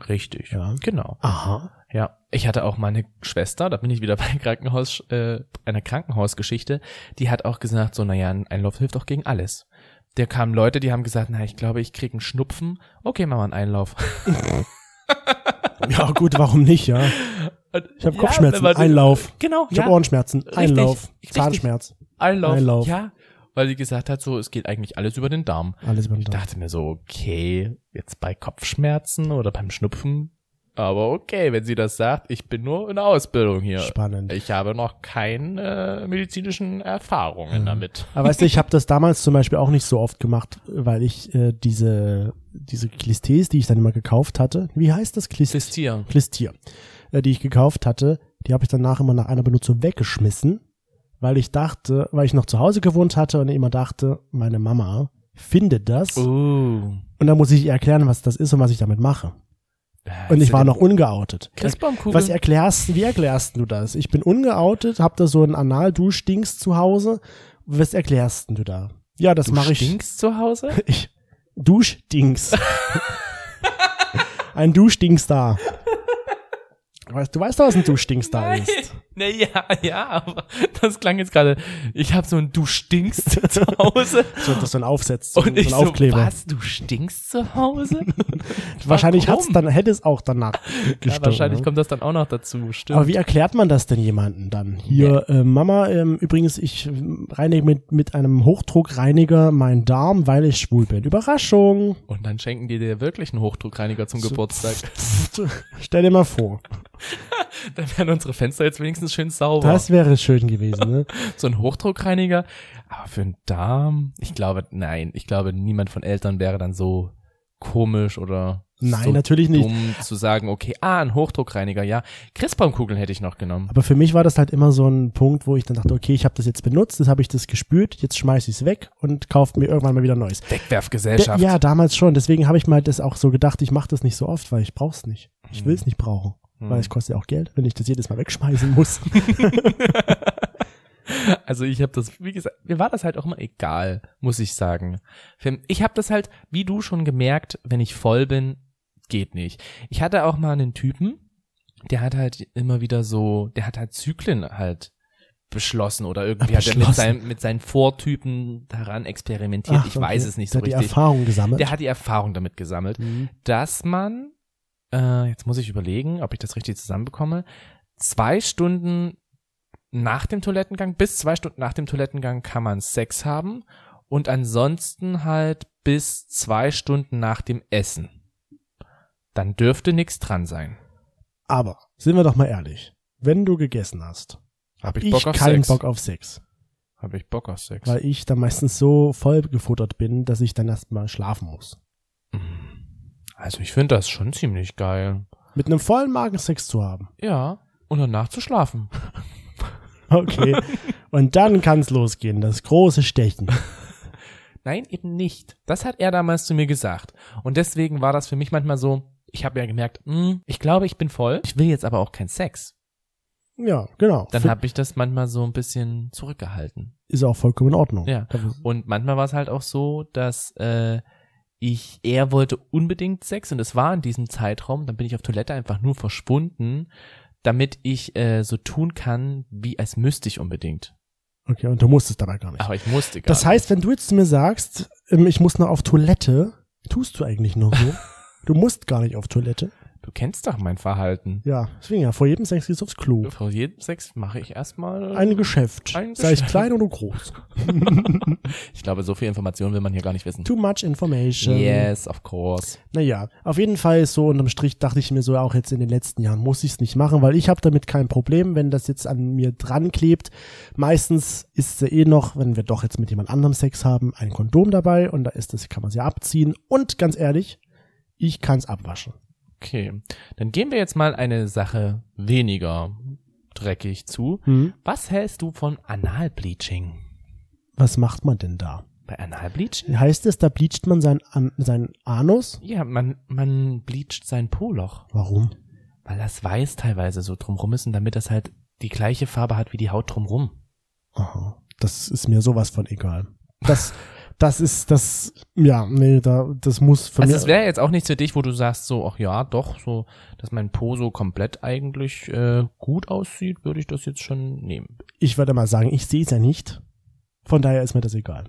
B: Richtig,
A: Ja.
B: Genau.
A: Aha.
B: Ja, ich hatte auch meine Schwester, da bin ich wieder (laughs) bei Krankenhaus, äh, einer Krankenhausgeschichte, die hat auch gesagt, so, naja, ein Einlauf hilft auch gegen alles. Der kamen Leute, die haben gesagt, na, ich glaube, ich krieg einen Schnupfen. Okay, machen wir
A: (laughs)
B: einen Einlauf.
A: Ja, gut, warum nicht, ja?
B: Und-
A: Ich habe
B: Ja, wenn
A: Kopfschmerzen,
B: man-
A: Einlauf.
B: Genau,
A: Ich
B: ja,
A: habe Ohrenschmerzen, Einlauf,
B: richtig.
A: Zahnschmerz,
B: Einlauf,
A: Einlauf.
B: Ja, weil sie gesagt hat, so, es geht eigentlich alles über den Darm.
A: alles über den
B: Ich
A: Darm.
B: dachte mir so, okay, jetzt bei Kopfschmerzen oder beim Schnupfen. Aber okay, wenn sie das sagt, ich bin nur in der Ausbildung hier.
A: Spannend.
B: Ich habe noch keine äh, medizinischen Erfahrungen
A: Mhm.
B: damit.
A: Aber weißt du, ich habe das damals zum Beispiel auch nicht so oft gemacht, weil ich äh, diese, diese Klistees, die ich dann immer gekauft hatte, wie heißt das Klist
B: Existieren.
A: Klistier, äh, die ich gekauft hatte, die habe ich danach immer nach einer Benutzung weggeschmissen, weil ich dachte, weil ich noch zu Hause gewohnt hatte und immer dachte, meine Mama findet das
B: Uh.
A: und dann muss ich ihr erklären, was das ist und was ich damit mache. Und ich war noch ungeoutet.
B: Christbaumkugel.
A: Was erklärst, wie erklärst du das? Ich bin ungeoutet, hab da so einen Anal-Duschdings zu Hause. Was erklärst du da? Ja, das
B: du
A: mache ich.
B: stinkst zu Hause?
A: (laughs) ich.
B: (laughs)
A: Duschdings. ein Duschdings da. Weißt, du weißt doch, was ein Duschdings da ist.
B: Naja, ja, aber das klang jetzt gerade. Ich habe so ein Du stinkst (laughs) zu Hause.
A: So, das ist so ein Aufsatz, (laughs) so,
B: und
A: so
B: ich
A: ein
B: so,
A: Aufkleber.
B: was, du stinkst
A: (laughs)
B: zu Hause?
A: wahrscheinlich hat's
B: Warum?
A: dann, hätte es auch danach gestunken.
B: ja, wahrscheinlich
A: ne?
B: kommt das dann auch noch dazu, stimmt.
A: Aber wie erklärt man das denn jemanden dann? Hier, äh, Mama, ähm, übrigens, ich ähm, reinige mit, mit einem Hochdruckreiniger meinen Darm, weil ich schwul bin.
B: (laughs)
A: Überraschung.
B: und dann schenken die dir wirklich einen Hochdruckreiniger zum Geburtstag.
A: Stell dir mal vor.
B: Dann wären unsere Fenster jetzt wenigstens schön sauber.
A: Das wäre schön gewesen,
B: (laughs)
A: ne?
B: So ein Hochdruckreiniger. Aber für einen Darm? Ich glaube, nein. Ich glaube, niemand von Eltern wäre dann so komisch oder
A: Nein,
B: so
A: natürlich nicht.
B: dumm zu sagen, okay, ah, ein Hochdruckreiniger, ja. Christbaumkugeln hätte ich noch genommen.
A: Aber für mich war das halt immer so ein Punkt, wo ich dann dachte, okay, ich habe das jetzt benutzt, jetzt habe ich das gespült, jetzt schmeiß ich's weg und kaufe mir irgendwann mal wieder neues.
B: Wegwerfgesellschaft.
A: ja, damals schon. Deswegen habe ich mal das auch so gedacht, ich mache das nicht so oft, weil ich brauch's nicht.
B: Hm.
A: Ich will's nicht brauchen. Weil es kostet ja auch Geld, wenn ich das jedes Mal wegschmeißen muss.
B: Also ich habe das, wie gesagt, mir war das halt auch immer egal, muss ich sagen. Für- Ich habe das halt, wie du schon gemerkt, wenn ich voll bin, geht nicht. Ich hatte auch mal einen Typen, der hat halt immer wieder so, der hat halt Zyklen halt beschlossen oder irgendwie hat er mit
A: Beschlossen.
B: seinem, mit seinen Vortypen daran experimentiert.
A: Ach,
B: ich weiß
A: okay.
B: es nicht so
A: der hat die
B: richtig.
A: Erfahrung gesammelt. Mhm.
B: Der hat Mhm. die Erfahrung damit gesammelt, dass man, äh, jetzt muss ich überlegen, ob ich das richtig zusammenbekomme, zwei Stunden nach dem Toilettengang, bis zwei Stunden nach dem Toilettengang kann man Sex haben und ansonsten halt bis zwei Stunden nach dem Essen. Dann dürfte nichts dran sein.
A: Aber, sind wir doch mal ehrlich, wenn du gegessen hast,
B: Hab
A: ich keinen Bock auf Sex.
B: Hab ich Bock auf Sex.
A: weil ich dann meistens so voll gefuttert bin, dass ich dann erstmal schlafen muss.
B: Also ich finde das schon ziemlich geil.
A: Mit einem vollen Magen Sex zu
B: (laughs)
A: haben.
B: Ja. Und danach zu schlafen.
A: Okay. Und dann kann's losgehen, das große Stechen.
B: Nein, eben nicht. Das hat er damals zu mir gesagt. Und deswegen war das für mich manchmal so, ich habe ja gemerkt, hm, ich glaube, ich bin voll. Ich will jetzt aber auch keinen Sex.
A: Ja, genau.
B: Dann
A: Fi-
B: habe ich das manchmal so ein bisschen zurückgehalten.
A: ist auch vollkommen in Ordnung.
B: Ja. Und manchmal war es halt auch so, dass äh, ich, er wollte unbedingt Sex und es war in diesem Zeitraum, dann bin ich auf Toilette einfach nur verschwunden, damit ich äh, so tun kann, wie als müsste ich unbedingt.
A: Okay, und du musstest dabei gar nicht.
B: Aber ich musste gar
A: das heißt, wenn du jetzt zu mir sagst, ähm, ich muss noch auf Toilette, tust du eigentlich nur
B: (laughs)
A: so. Du musst gar nicht auf Toilette.
B: nicht. Du kennst doch mein Verhalten.
A: Ja, deswegen ja, vor jedem Sex geht's aufs Klo.
B: Vor jedem Sex mache ich erstmal.
A: Ein Geschäft.
B: Ein
A: Sei es
B: Geschäft.
A: klein oder groß.
B: ich glaube, so viel Information will man hier gar nicht wissen.
A: Too much information.
B: Yes, of course.
A: Naja, auf jeden Fall ist so unterm Strich dachte ich mir so auch jetzt in den letzten Jahren muss ich es nicht machen, weil ich habe damit kein Problem, wenn das jetzt an mir dran klebt. Meistens ist ja eh noch, wenn wir doch jetzt mit jemand anderem Sex haben, ein Kondom dabei und da ist das, kann man es ja abziehen. Und ganz ehrlich, ich kann es abwaschen.
B: Okay. Dann gehen wir jetzt mal eine Sache weniger dreckig zu. Was hältst du von Analbleaching?
A: Was macht man denn da?
B: Bei Analbleaching?
A: Heißt es, da bleicht man sein, an, sein Anus?
B: Ja, man, man bleacht sein Po-Loch,
A: Warum?
B: weil das Weiß teilweise so drumrum ist und damit das halt die gleiche Farbe hat wie die Haut drumrum.
A: Aha. Das ist mir sowas von egal.
B: (laughs)
A: Das, das ist, das, ja, nee, da, das muss für
B: Also
A: mich.
B: es wäre jetzt auch nichts für dich, wo du sagst so, ach ja, doch, so, dass mein Po so komplett eigentlich äh, gut aussieht, würde ich das jetzt schon nehmen.
A: ich würde mal sagen, ich sehe es ja nicht. Von daher ist mir das egal.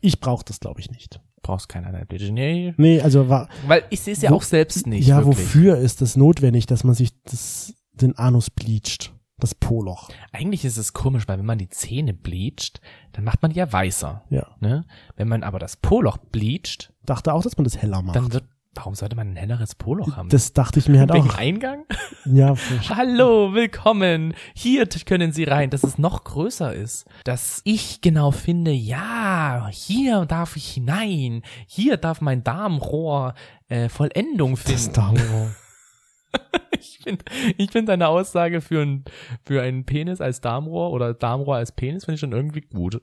A: Ich brauche das, glaube ich, nicht.
B: Brauchst kein Analbleaching. Nee,
A: Nee, also war.
B: weil ich sehe es ja
A: Wo-
B: auch selbst nicht.
A: ja,
B: wirklich.
A: wofür ist das notwendig, dass man sich das, den Anus bleicht? Das Poloch.
B: Eigentlich ist es komisch, weil wenn man die Zähne bleicht, dann macht man die ja weißer.
A: Ja.
B: Ne? Wenn man aber das Poloch bleicht,
A: Dachte auch, dass man das heller macht.
B: dann wird. Warum sollte man ein helleres Poloch haben?
A: das dachte ich mir halt
B: Wegen
A: auch.
B: Eingang? (laughs)
A: Ja, f-
B: Hallo, willkommen. Hier t- können Sie rein, dass es noch größer ist. Dass ich genau finde, ja, hier darf ich hinein. Hier darf mein Darmrohr äh, Vollendung
A: das
B: finden.
A: Darmrohr.
B: (laughs) Ich finde ich find deine Aussage für, ein, für einen Penis als Darmrohr oder Darmrohr als Penis finde ich schon irgendwie gut.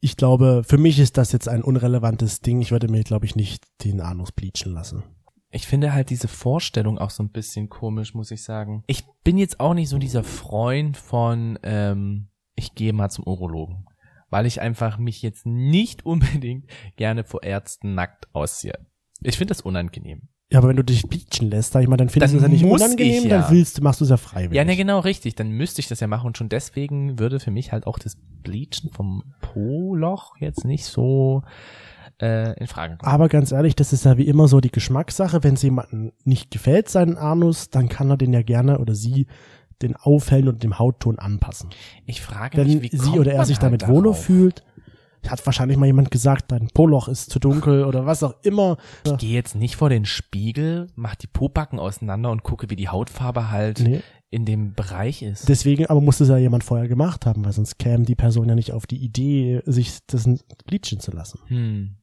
A: Ich glaube, für mich ist das jetzt ein unrelevantes Ding. Ich würde mir, glaube ich, nicht den Anus bleachen lassen.
B: (laughs) Ich finde halt diese Vorstellung auch so ein bisschen komisch, muss ich sagen. Ich bin jetzt auch nicht so dieser Freund von, ähm, ich gehe mal zum Urologen, weil ich einfach mich jetzt nicht (laughs) unbedingt gerne vor Ärzten nackt ausziehe. Ich finde das unangenehm.
A: Ja, aber wenn du dich bleachen lässt, sag ich mal, dann findest du es
B: Dann
A: ja nicht
B: muss
A: unangenehm,
B: ich, ja.
A: dann willst, du- machst du es ja freiwillig.
B: Ja, ne, genau, richtig. Dann müsste ich das ja machen und schon deswegen würde für mich halt auch das Bleachen vom Po-Loch jetzt nicht so äh, in Frage kommen.
A: Aber ganz ehrlich, das ist ja wie immer so die Geschmackssache. Wenn es jemandem nicht gefällt, seinen Anus, dann kann er den ja gerne oder sie den Aufhellen und dem Hautton anpassen.
B: Ich frage
A: Wenn
B: mich, wie
A: sie
B: kommt
A: oder er
B: man
A: sich
B: halt
A: damit wohler
B: darauf?
A: fühlt, hat wahrscheinlich mal jemand gesagt, dein Poloch ist zu dunkel oder was auch immer.
B: Ich gehe jetzt nicht vor den Spiegel, mach die Pobacken auseinander und gucke, wie die Hautfarbe halt
A: Nee.
B: in dem Bereich ist.
A: Deswegen, aber muss es ja jemand vorher gemacht haben, weil sonst käme die Person ja nicht auf die Idee, sich das bleachen zu lassen.
B: Hm.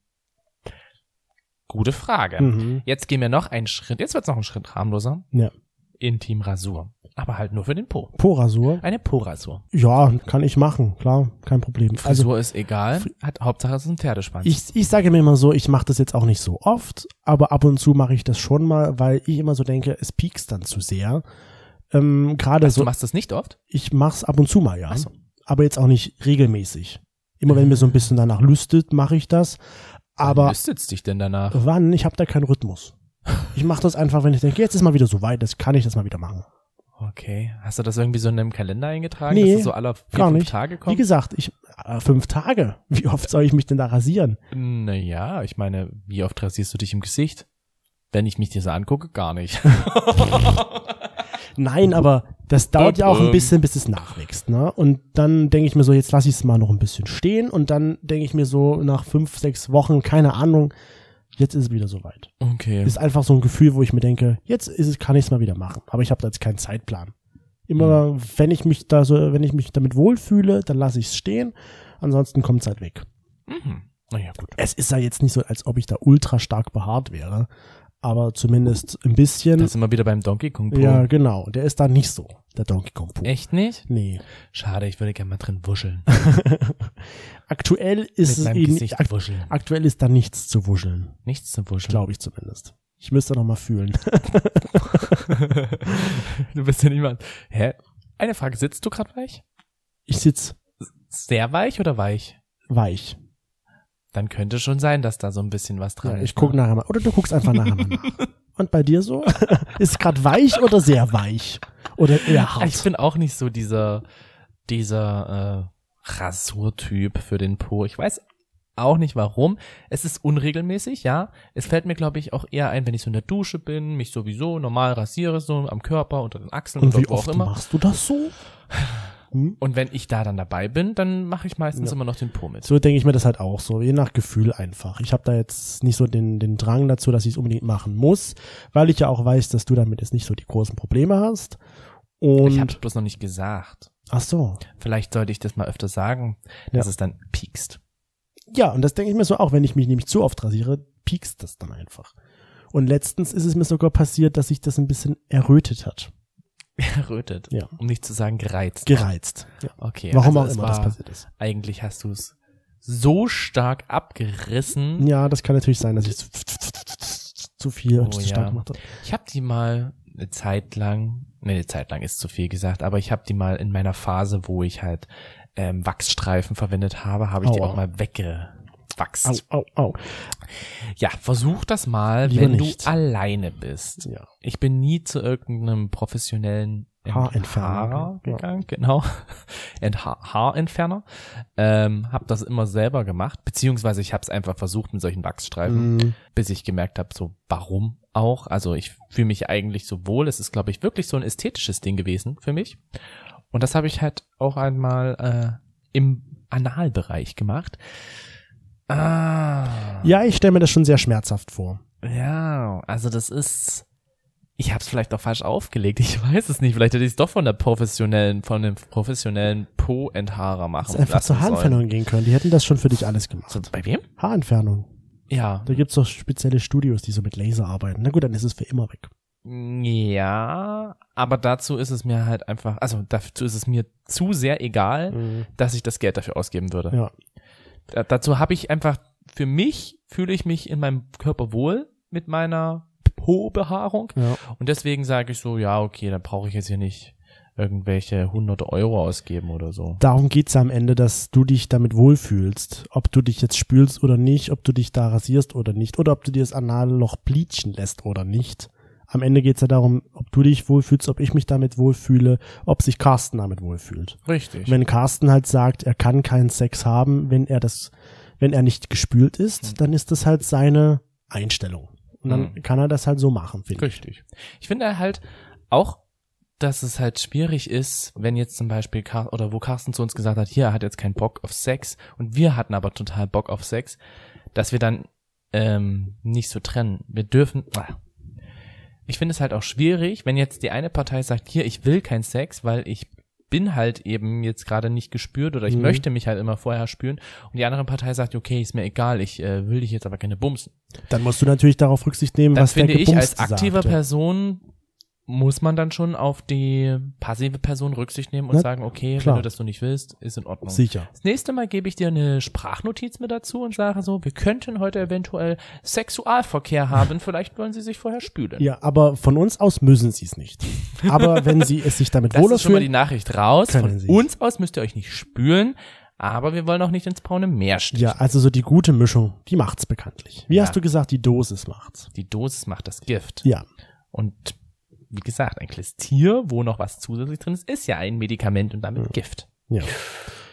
B: Gute Frage.
A: Mhm.
B: Jetzt gehen wir noch einen Schritt. Jetzt wird's noch ein Schritt harmloser.
A: Ja.
B: Intimrasur. Aber halt nur für den Po.
A: Porasur?
B: Eine Po-Rasur.
A: Ja, kann ich machen, klar, kein Problem. Also-
B: Frisur ist egal. Hat Hauptsache es ist ein Pferdespanz.
A: Ich, ich sage mir immer so, ich mache das jetzt auch nicht so oft, aber ab und zu mache ich das schon mal, weil ich immer so denke, es piekst dann zu sehr. Ähm, Gerade
B: also,
A: so,
B: du machst das nicht oft?
A: ich mach's ab und zu mal, ja.
B: Ach so.
A: Aber jetzt auch nicht regelmäßig. Immer wenn mir so ein bisschen danach lüstet, mache ich das. Aber
B: Lüstet's dich denn danach?
A: wann? Ich habe da keinen Rhythmus. Ich mache das einfach, wenn ich denke, jetzt ist mal wieder so weit, das kann ich das mal wieder machen.
B: Okay. Hast du das irgendwie so in deinem Kalender eingetragen,
A: Nee,
B: dass das so alle vier,
A: gar
B: fünf
A: nicht.
B: Tage
A: Wie
B: kommt?
A: gesagt, ich äh, fünf Tage. Wie oft soll ich mich denn da rasieren?
B: Naja, Ähm, ich meine, wie
A: (laughs)
B: oft rasierst du dich im Gesicht? Wenn ich mich dir so angucke, gar nicht.
A: Nein, aber das dauert ja auch
B: Ähm.
A: ein bisschen, bis es nachwächst. Ne? Und dann denke ich mir so, jetzt lasse ich es mal noch ein bisschen stehen. Und dann denke ich mir so, nach fünf, sechs Wochen, keine Ahnung, jetzt ist es wieder soweit.
B: Okay.
A: Ist einfach so ein Gefühl, wo ich mir denke, jetzt ist es, kann ich es mal wieder machen. Aber ich habe da jetzt keinen Zeitplan. Immer
B: Mhm.
A: wenn ich mich da so, wenn ich mich damit wohlfühle, dann lasse ich es stehen. Ansonsten kommt es halt weg.
B: Mhm. Naja, gut.
A: Es ist ja jetzt nicht so, als ob ich da ultra stark behaart wäre. Aber zumindest ein bisschen.
B: Das sind wir wieder beim Donkey Kong Pro.
A: Ja, genau. Der ist da nicht so, der Donkey Kong Poo.
B: Echt nicht?
A: Nee.
B: Schade, ich würde gerne mal drin wuscheln.
A: (laughs) Aktuell ist
B: Mit
A: es
B: meinem
A: eben,
B: Gesicht
A: ak
B: wuscheln.
A: aktuell ist da nichts zu wuscheln,
B: Nichts zu wuscheln.
A: glaube ich zumindest. Ich müsste noch mal fühlen.
B: (laughs) du bist ja niemand. Hä? Eine Frage, sitzt du gerade weich?
A: Ich sitz
B: Sehr weich oder weich?
A: weich.
B: Dann könnte schon sein, dass da so ein bisschen was dran
A: Ja,
B: ist. ne?
A: ich guck nachher mal. Oder du guckst einfach nachher mal nach.
B: (laughs)
A: Und bei dir so? ist gerade weich oder sehr weich? Oder eher
B: Ich
A: hart?
B: bin auch nicht so dieser, dieser äh, Rasurtyp für den Po. Ich weiß auch nicht warum. Es ist unregelmäßig, ja. Es fällt mir, glaube ich, auch eher ein, wenn ich so in der Dusche bin, mich sowieso normal rasiere, so am Körper, unter den Achseln
A: Und
B: oder
A: wie
B: wo
A: oft
B: auch immer.
A: machst du das so? Hm?
B: Und wenn ich da dann dabei bin, dann mache ich meistens immer noch den Po mit.
A: So denke ich mir das halt auch so, je nach Gefühl einfach. Ich habe da jetzt nicht so den, den Drang dazu, dass ich es unbedingt machen muss, weil ich ja auch weiß, dass du damit jetzt nicht so die großen Probleme hast.
B: Ich habe
A: Und
B: bloß noch nicht gesagt.
A: ach so.
B: Vielleicht sollte ich das mal öfter sagen, dass
A: Ja.
B: es dann piekst. (laughs)
A: Ja, und das denke ich mir so auch, wenn ich mich nämlich zu oft rasiere, piekst das dann einfach. Und letztens ist es mir sogar passiert, dass sich das ein bisschen errötet hat,
B: Errötet.
A: Ja.
B: Um nicht zu sagen gereizt.
A: gereizt.
B: okay.
A: Warum
B: also
A: auch
B: es
A: immer
B: war,
A: das passiert ist.
B: Eigentlich hast du es so stark abgerissen.
A: Ja, das kann natürlich sein, dass ich zu, zu viel und
B: Oh,
A: zu
B: ja.
A: stark gemacht habe.
B: Ich habe die mal eine Zeit lang, nee, eine Zeit lang ist zu viel gesagt, aber ich habe die mal in meiner Phase, wo ich halt ähm, Wachsstreifen verwendet habe, habe ich die
A: Aua.
B: auch mal weggewachst.
A: Oh, Au, au, au.
B: Ja, versuch das mal,
A: Lieber
B: wenn
A: nicht.
B: du alleine bist.
A: Ja.
B: Ich bin nie zu irgendeinem professionellen
A: Haarentferner,
B: Haarentferner
A: ne? Ja.
B: gegangen, genau. (laughs) Ent ha Haarentferner. Ähm, hab das immer selber gemacht, beziehungsweise ich habe es einfach versucht mit solchen Wachsstreifen,
A: Mm,
B: bis ich gemerkt habe, so warum auch. Also ich fühle mich eigentlich so wohl. Es ist, glaube ich, wirklich so ein ästhetisches Ding gewesen für mich. Und das habe ich halt auch einmal äh, im Analbereich gemacht. Ah.
A: Ja, ich stelle mir das schon sehr schmerzhaft vor.
B: Ja, also das ist. Ich habe es vielleicht auch falsch aufgelegt. Ich weiß es nicht. Vielleicht hätte ich es doch von der professionellen, von dem professionellen Po-Enthaarer machen
A: Hättest einfach
B: lassen
A: zur Haarentfernung
B: sollen.
A: gehen können. Die hätten das schon für dich alles gemacht.
B: So, bei wem?
A: Haarentfernung.
B: Ja.
A: Da gibt's doch spezielle Studios, die so mit Laser arbeiten. Na gut, dann ist es für immer weg.
B: Ja, aber dazu ist es mir halt einfach, also dazu ist es mir zu sehr egal, dass ich das Geld dafür ausgeben würde.
A: Ja.
B: Da, dazu habe ich einfach, für mich fühle ich mich in meinem Körper wohl mit meiner Po-Behaarung.
A: Ja.
B: Und deswegen sage ich so, ja, okay, dann brauche ich jetzt hier nicht irgendwelche hunderte Euro ausgeben oder so.
A: Darum geht's ja am Ende, dass du dich damit wohlfühlst. Ob du dich jetzt spülst oder nicht, ob du dich da rasierst oder nicht, oder ob du dir das Analloch bleachen lässt oder nicht. Am Ende geht's ja darum, ob du dich wohlfühlst, ob ich mich damit wohlfühle, ob sich Carsten damit wohlfühlt.
B: Richtig.
A: Wenn Carsten halt sagt, er kann keinen Sex haben, wenn er das, wenn er nicht gespült ist, dann ist das halt seine Einstellung. Und dann
B: Mhm.
A: kann er das halt so machen, finde ich.
B: Richtig. Ich finde halt auch, dass es halt schwierig ist, wenn jetzt zum Beispiel Car oder wo Carsten zu uns gesagt hat, hier er hat jetzt keinen Bock auf Sex und wir hatten aber total Bock auf Sex, dass wir dann ähm, nicht so trennen. Wir dürfen. Ah. Ich finde es halt auch schwierig, wenn jetzt die eine Partei sagt, hier ich will keinen Sex, weil ich bin halt eben jetzt gerade nicht gespürt oder ich
A: Mhm.
B: möchte mich halt immer vorher spüren und die andere Partei sagt, okay, ist mir egal, ich äh, will dich jetzt aber gerne bumsen.
A: Dann musst du natürlich darauf Rücksicht nehmen,
B: Dann
A: was der
B: finde ich,
A: Gebumste
B: als aktive
A: sagt.
B: Person muss man dann schon auf die passive Person Rücksicht nehmen und
A: Na,
B: sagen, okay,
A: klar.
B: wenn du das so nicht willst, ist in Ordnung.
A: Sicher.
B: das nächste Mal gebe ich dir eine Sprachnotiz mit dazu und sage so, wir könnten heute eventuell Sexualverkehr haben, vielleicht wollen sie sich vorher spülen.
A: Ja, aber von uns aus müssen sie es nicht.
B: (laughs)
A: Aber wenn sie es sich damit
B: das ist schon mal die
A: wohlfühlen,
B: Nachricht raus.
A: Können
B: Von
A: sie's.
B: uns aus müsst ihr euch nicht spülen, aber wir wollen auch nicht ins braune Meer stechen.
A: ja, also so die gute Mischung, die macht's bekanntlich. Wie
B: Ja.
A: hast du gesagt, die Dosis macht's?
B: Die Dosis macht das Gift.
A: Ja,
B: Und wie gesagt, ein kleines Tier, wo noch was zusätzlich drin ist, ist ja ein Medikament und damit Gift.
A: ja.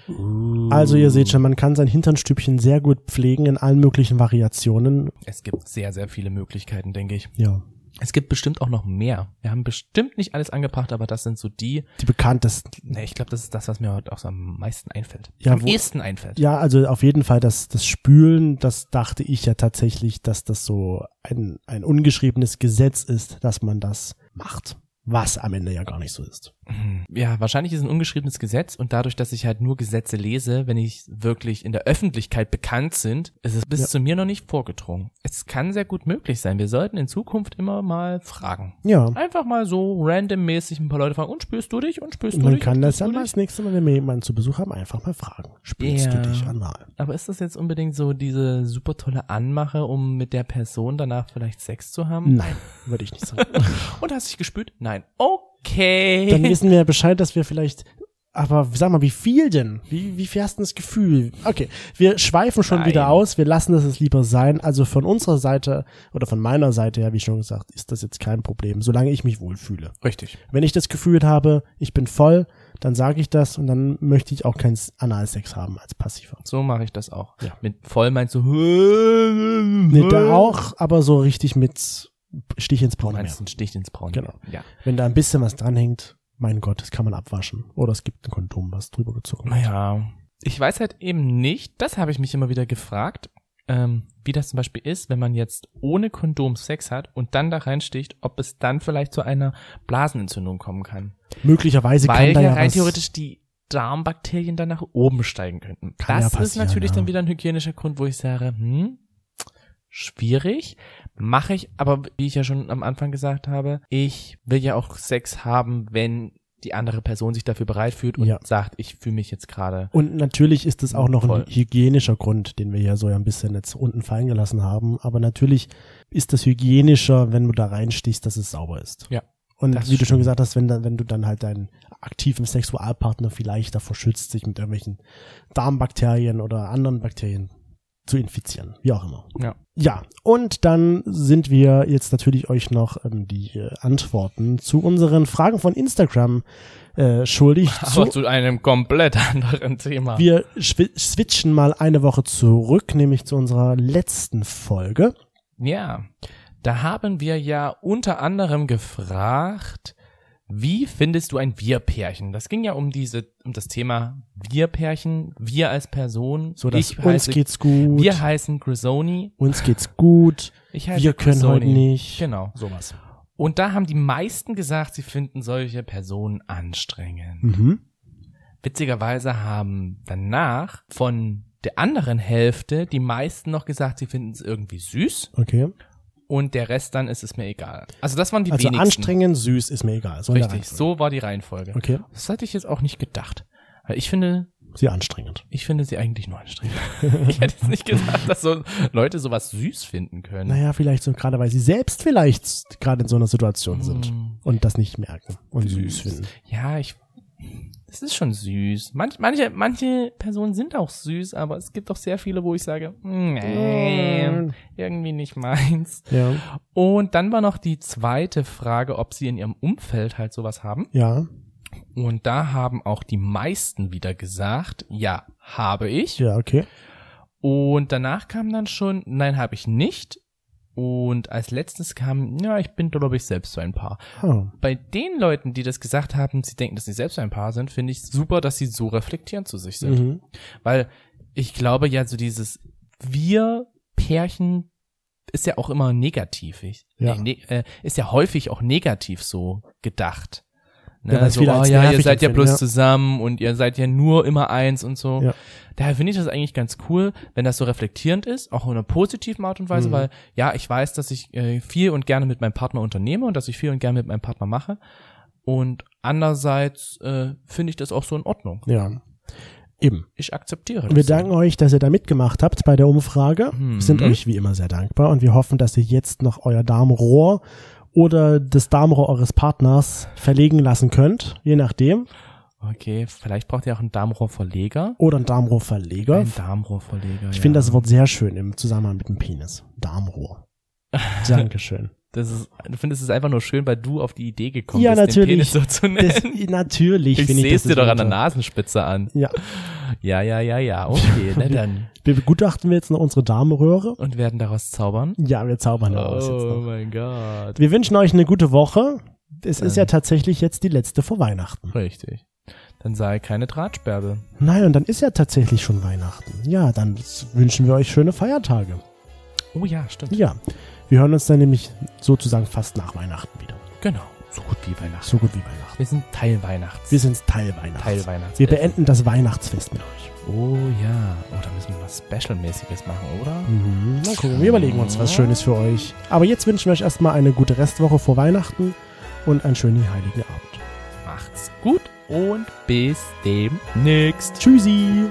B: Uh.
A: Also ihr seht schon, man kann sein Hinternstübchen sehr gut pflegen in allen möglichen Variationen.
B: Es gibt sehr, sehr viele Möglichkeiten, denke ich.
A: Ja.
B: Es gibt bestimmt auch noch mehr. Wir haben bestimmt nicht alles angebracht, aber das sind so die.
A: Die bekanntesten.
B: Ne, ich glaube, das ist das, was mir heute auch so am meisten einfällt.
A: Ja,
B: am
A: wo-
B: ehesten einfällt.
A: Ja, also auf jeden Fall das, das Spülen, das dachte ich ja tatsächlich, dass das so ein, ein ungeschriebenes Gesetz ist, dass man das macht. Was am Ende ja gar nicht so ist.
B: Ja, wahrscheinlich ist ein ungeschriebenes Gesetz und dadurch, dass ich halt nur Gesetze lese, wenn ich wirklich in der Öffentlichkeit bekannt sind, ist es bis
A: Ja.
B: zu mir noch nicht vorgedrungen. Es kann sehr gut möglich sein. Wir sollten in Zukunft immer mal fragen.
A: Ja.
B: Einfach mal so randommäßig ein paar Leute fragen, und spürst du dich und spürst
A: Und
B: du
A: man
B: dich?
A: kann
B: und
A: das
B: spürst
A: dann
B: du
A: mal
B: dich?
A: das nächste Mal, wenn wir jemanden zu Besuch haben, einfach mal fragen. Spürst
B: Ja.
A: du dich anal?
B: Aber ist das jetzt unbedingt so diese super tolle Anmache, um mit der Person danach vielleicht Sex zu haben?
A: Nein, würde ich nicht
B: (laughs)
A: sagen.
B: Und hast dich gespürt? Nein. Okay.
A: dann wissen wir Bescheid, dass wir vielleicht. Aber sag mal, wie viel denn? Wie, wie viel hast du das Gefühl? Okay, wir schweifen schon
B: Nein.
A: wieder aus, wir lassen das jetzt lieber sein. Also von unserer Seite oder von meiner Seite her, wie schon gesagt, ist das jetzt kein Problem, solange ich mich wohlfühle.
B: Richtig.
A: Wenn ich das Gefühl habe, ich bin voll, dann sage ich das und dann möchte ich auch keinen Analsex haben als Passiver.
B: So mache ich das auch.
A: Ja.
B: Mit voll meinst du.
A: Nee,
B: Nee, (laughs)
A: da auch, aber so richtig mit Stich ins Braune Meer.
B: Meinst du einen Stich ins Braune?
A: Genau.
B: Ja.
A: Wenn da ein bisschen was dranhängt, mein Gott, das kann man abwaschen. Oder es gibt ein Kondom, was drüber gezogen wird.
B: Naja. Ich weiß halt eben nicht, das habe ich mich immer wieder gefragt, ähm, wie das zum Beispiel ist, wenn man jetzt ohne Kondom Sex hat und dann da reinsticht, ob es dann vielleicht zu einer Blasenentzündung kommen kann.
A: Möglicherweise
B: Weil
A: kann da
B: ja
A: ja
B: rein
A: was,
B: theoretisch die Darmbakterien dann nach oben steigen könnten.
A: Kann ja
B: das ist
A: passieren,
B: natürlich
A: ja.
B: dann wieder ein hygienischer Grund, wo ich sage, hm, schwierig, mache ich, aber wie ich ja schon am Anfang gesagt habe, ich will ja auch Sex haben, wenn die andere Person sich dafür bereit fühlt und
A: Ja.
B: sagt, ich fühle mich jetzt gerade.
A: Und natürlich ist es auch noch
B: Äh, Voll.
A: ein hygienischer Grund, den wir ja so ja ein bisschen jetzt unten fallen gelassen haben. Aber natürlich ist das hygienischer, wenn du da reinstichst, dass es sauber ist.
B: Ja,
A: Und
B: das
A: wie du schon
B: stimmt.
A: gesagt hast, wenn, da- wenn du dann halt deinen aktiven Sexualpartner vielleicht davor schützt, sich mit irgendwelchen Darmbakterien oder anderen Bakterien zu infizieren, wie auch immer.
B: Ja.
A: Ja, und dann sind wir jetzt natürlich euch noch ähm, die äh, Antworten zu unseren Fragen von Instagram äh,
B: (laughs)
A: schuldig.
B: Aber zu einem komplett (laughs) anderen Thema.
A: Wir schwi- switchen mal eine Woche zurück, nämlich zu unserer letzten Folge.
B: Ja, da haben wir ja unter anderem gefragt, wie findest du ein Wir-Pärchen? Das ging ja um diese, um das Thema Wir-Pärchen, wir als Person.
A: So, dass
B: ich
A: uns
B: heiße,
A: geht's gut,
B: wir heißen Grisoni.
A: uns geht's gut,
B: Ich heiße
A: wir können
B: Grisoni.
A: heute nicht.
B: Genau.
A: Sowas.
B: Und da haben die meisten gesagt, sie finden solche Personen anstrengend.
A: Mhm.
B: Witzigerweise haben danach von der anderen Hälfte die meisten noch gesagt, sie finden es irgendwie süß.
A: Okay.
B: und der Rest dann ist es mir egal. Also das waren die
A: also
B: wenigsten.
A: anstrengend, süß, ist mir egal. So in der
B: Richtig,
A: Reihenfolge.
B: so war die Reihenfolge.
A: Okay.
B: Das hatte ich jetzt auch nicht gedacht. Weil Ich finde,
A: Sehr anstrengend.
B: ich finde sie eigentlich
A: (laughs)
B: nur anstrengend. (laughs) ich hätte jetzt nicht gedacht, dass so Leute sowas süß finden können.
A: Naja, vielleicht so gerade, weil sie selbst vielleicht gerade in so einer Situation sind
B: Hm.
A: und das nicht merken und süß finden.
B: Ja, ich. Das ist schon süß. Manch, manche, manche Personen sind auch süß, aber es gibt auch sehr viele, wo ich sage, nee, irgendwie nicht meins.
A: Ja.
B: Und dann war noch die zweite Frage, ob sie in ihrem Umfeld halt sowas haben.
A: Ja.
B: Und da haben auch die meisten wieder gesagt, ja, habe ich.
A: Ja, okay.
B: Und danach kam dann schon, nein, habe ich nicht. Und als letztes kam, ja, ich bin, glaube ich, selbst so ein Paar.
A: Ah.
B: Bei den Leuten, die das gesagt haben, sie denken, dass sie selbst so ein Paar sind, finde ich super, dass sie so reflektierend zu sich sind.
A: Mhm.
B: Weil ich glaube ja, so dieses Wir-Pärchen ist ja auch immer negativ. Ich,
A: Ja.
B: äh, ne, äh, ist ja häufig auch negativ so gedacht. Ne?
A: Ja, weil es
B: so,
A: viele
B: oh
A: als
B: ja, ihr
A: nervig
B: seid ja
A: empfinden,
B: bloß
A: ja.
B: zusammen und ihr seid ja nur immer eins und so.
A: Ja.
B: Daher finde ich das eigentlich ganz cool, wenn das so reflektierend ist, auch in einer positiven Art und Weise,
A: Mhm.
B: weil ja, ich weiß, dass ich äh, viel und gerne mit meinem Partner unternehme und dass ich viel und gerne mit meinem Partner mache. Und andererseits äh, finde ich das auch so in Ordnung.
A: mhm, Ja. Eben.
B: Ich akzeptiere
A: Wir
B: das. so.
A: danken euch, dass ihr da mitgemacht habt bei der Umfrage.
B: Mhm.
A: Wir sind euch wie immer sehr dankbar und wir hoffen, dass ihr jetzt noch euer Darmrohr oder das Darmrohr eures Partners verlegen lassen könnt, je nachdem.
B: Okay, vielleicht braucht ihr auch einen Darmrohrverleger.
A: Oder ein Darmrohrverleger.
B: Ein Darmrohrverleger.
A: ich
B: ja.
A: finde das Wort sehr schön im Zusammenhang mit dem Penis.
B: (laughs)
A: Darmrohr. Dankeschön.
B: Das ist, du findest es einfach nur schön, weil du auf die Idee gekommen
A: Ja,
B: bist,
A: natürlich.
B: den Penis so zu
A: Das,
B: nennen.
A: natürlich.
B: ich
A: finde
B: sehe es
A: das
B: dir
A: ist
B: doch an der
A: unter-
B: Nasenspitze an.
A: Ja,
B: Ja, ja,
A: (laughs)
B: ja, ja. Okay, na dann.
A: Wir begutachten wir jetzt noch unsere Darmröhre.
B: Und werden daraus zaubern.
A: Ja, wir zaubern daraus jetzt
B: Oh
A: noch.
B: mein Gott.
A: Wir wünschen euch eine gute Woche. Es ist ja tatsächlich jetzt die letzte vor Weihnachten.
B: Richtig. Dann sei keine Drahtsperbe.
A: Nein, und dann ist ja tatsächlich schon Weihnachten. Ja, dann wünschen wir euch schöne Feiertage.
B: Oh ja, stimmt.
A: Ja, wir hören uns dann nämlich sozusagen fast nach Weihnachten wieder.
B: Genau. So gut wie Weihnachten.
A: So gut wie Weihnachten.
B: Wir sind Teil Weihnachts.
A: Wir sind Teil Weihnachten.
B: Teil Weihnachts.
A: wir beenden das Weihnachtsfest mit euch.
B: Oh ja. Oh, da müssen wir was Special-mäßiges machen, oder?
A: Mhm. Mal gucken, wir überlegen uns was Schönes für euch. Aber jetzt wünschen wir euch erstmal eine gute Restwoche vor Weihnachten und einen schönen heiligen Abend.
B: Macht's gut und bis demnächst.
A: Tschüssi!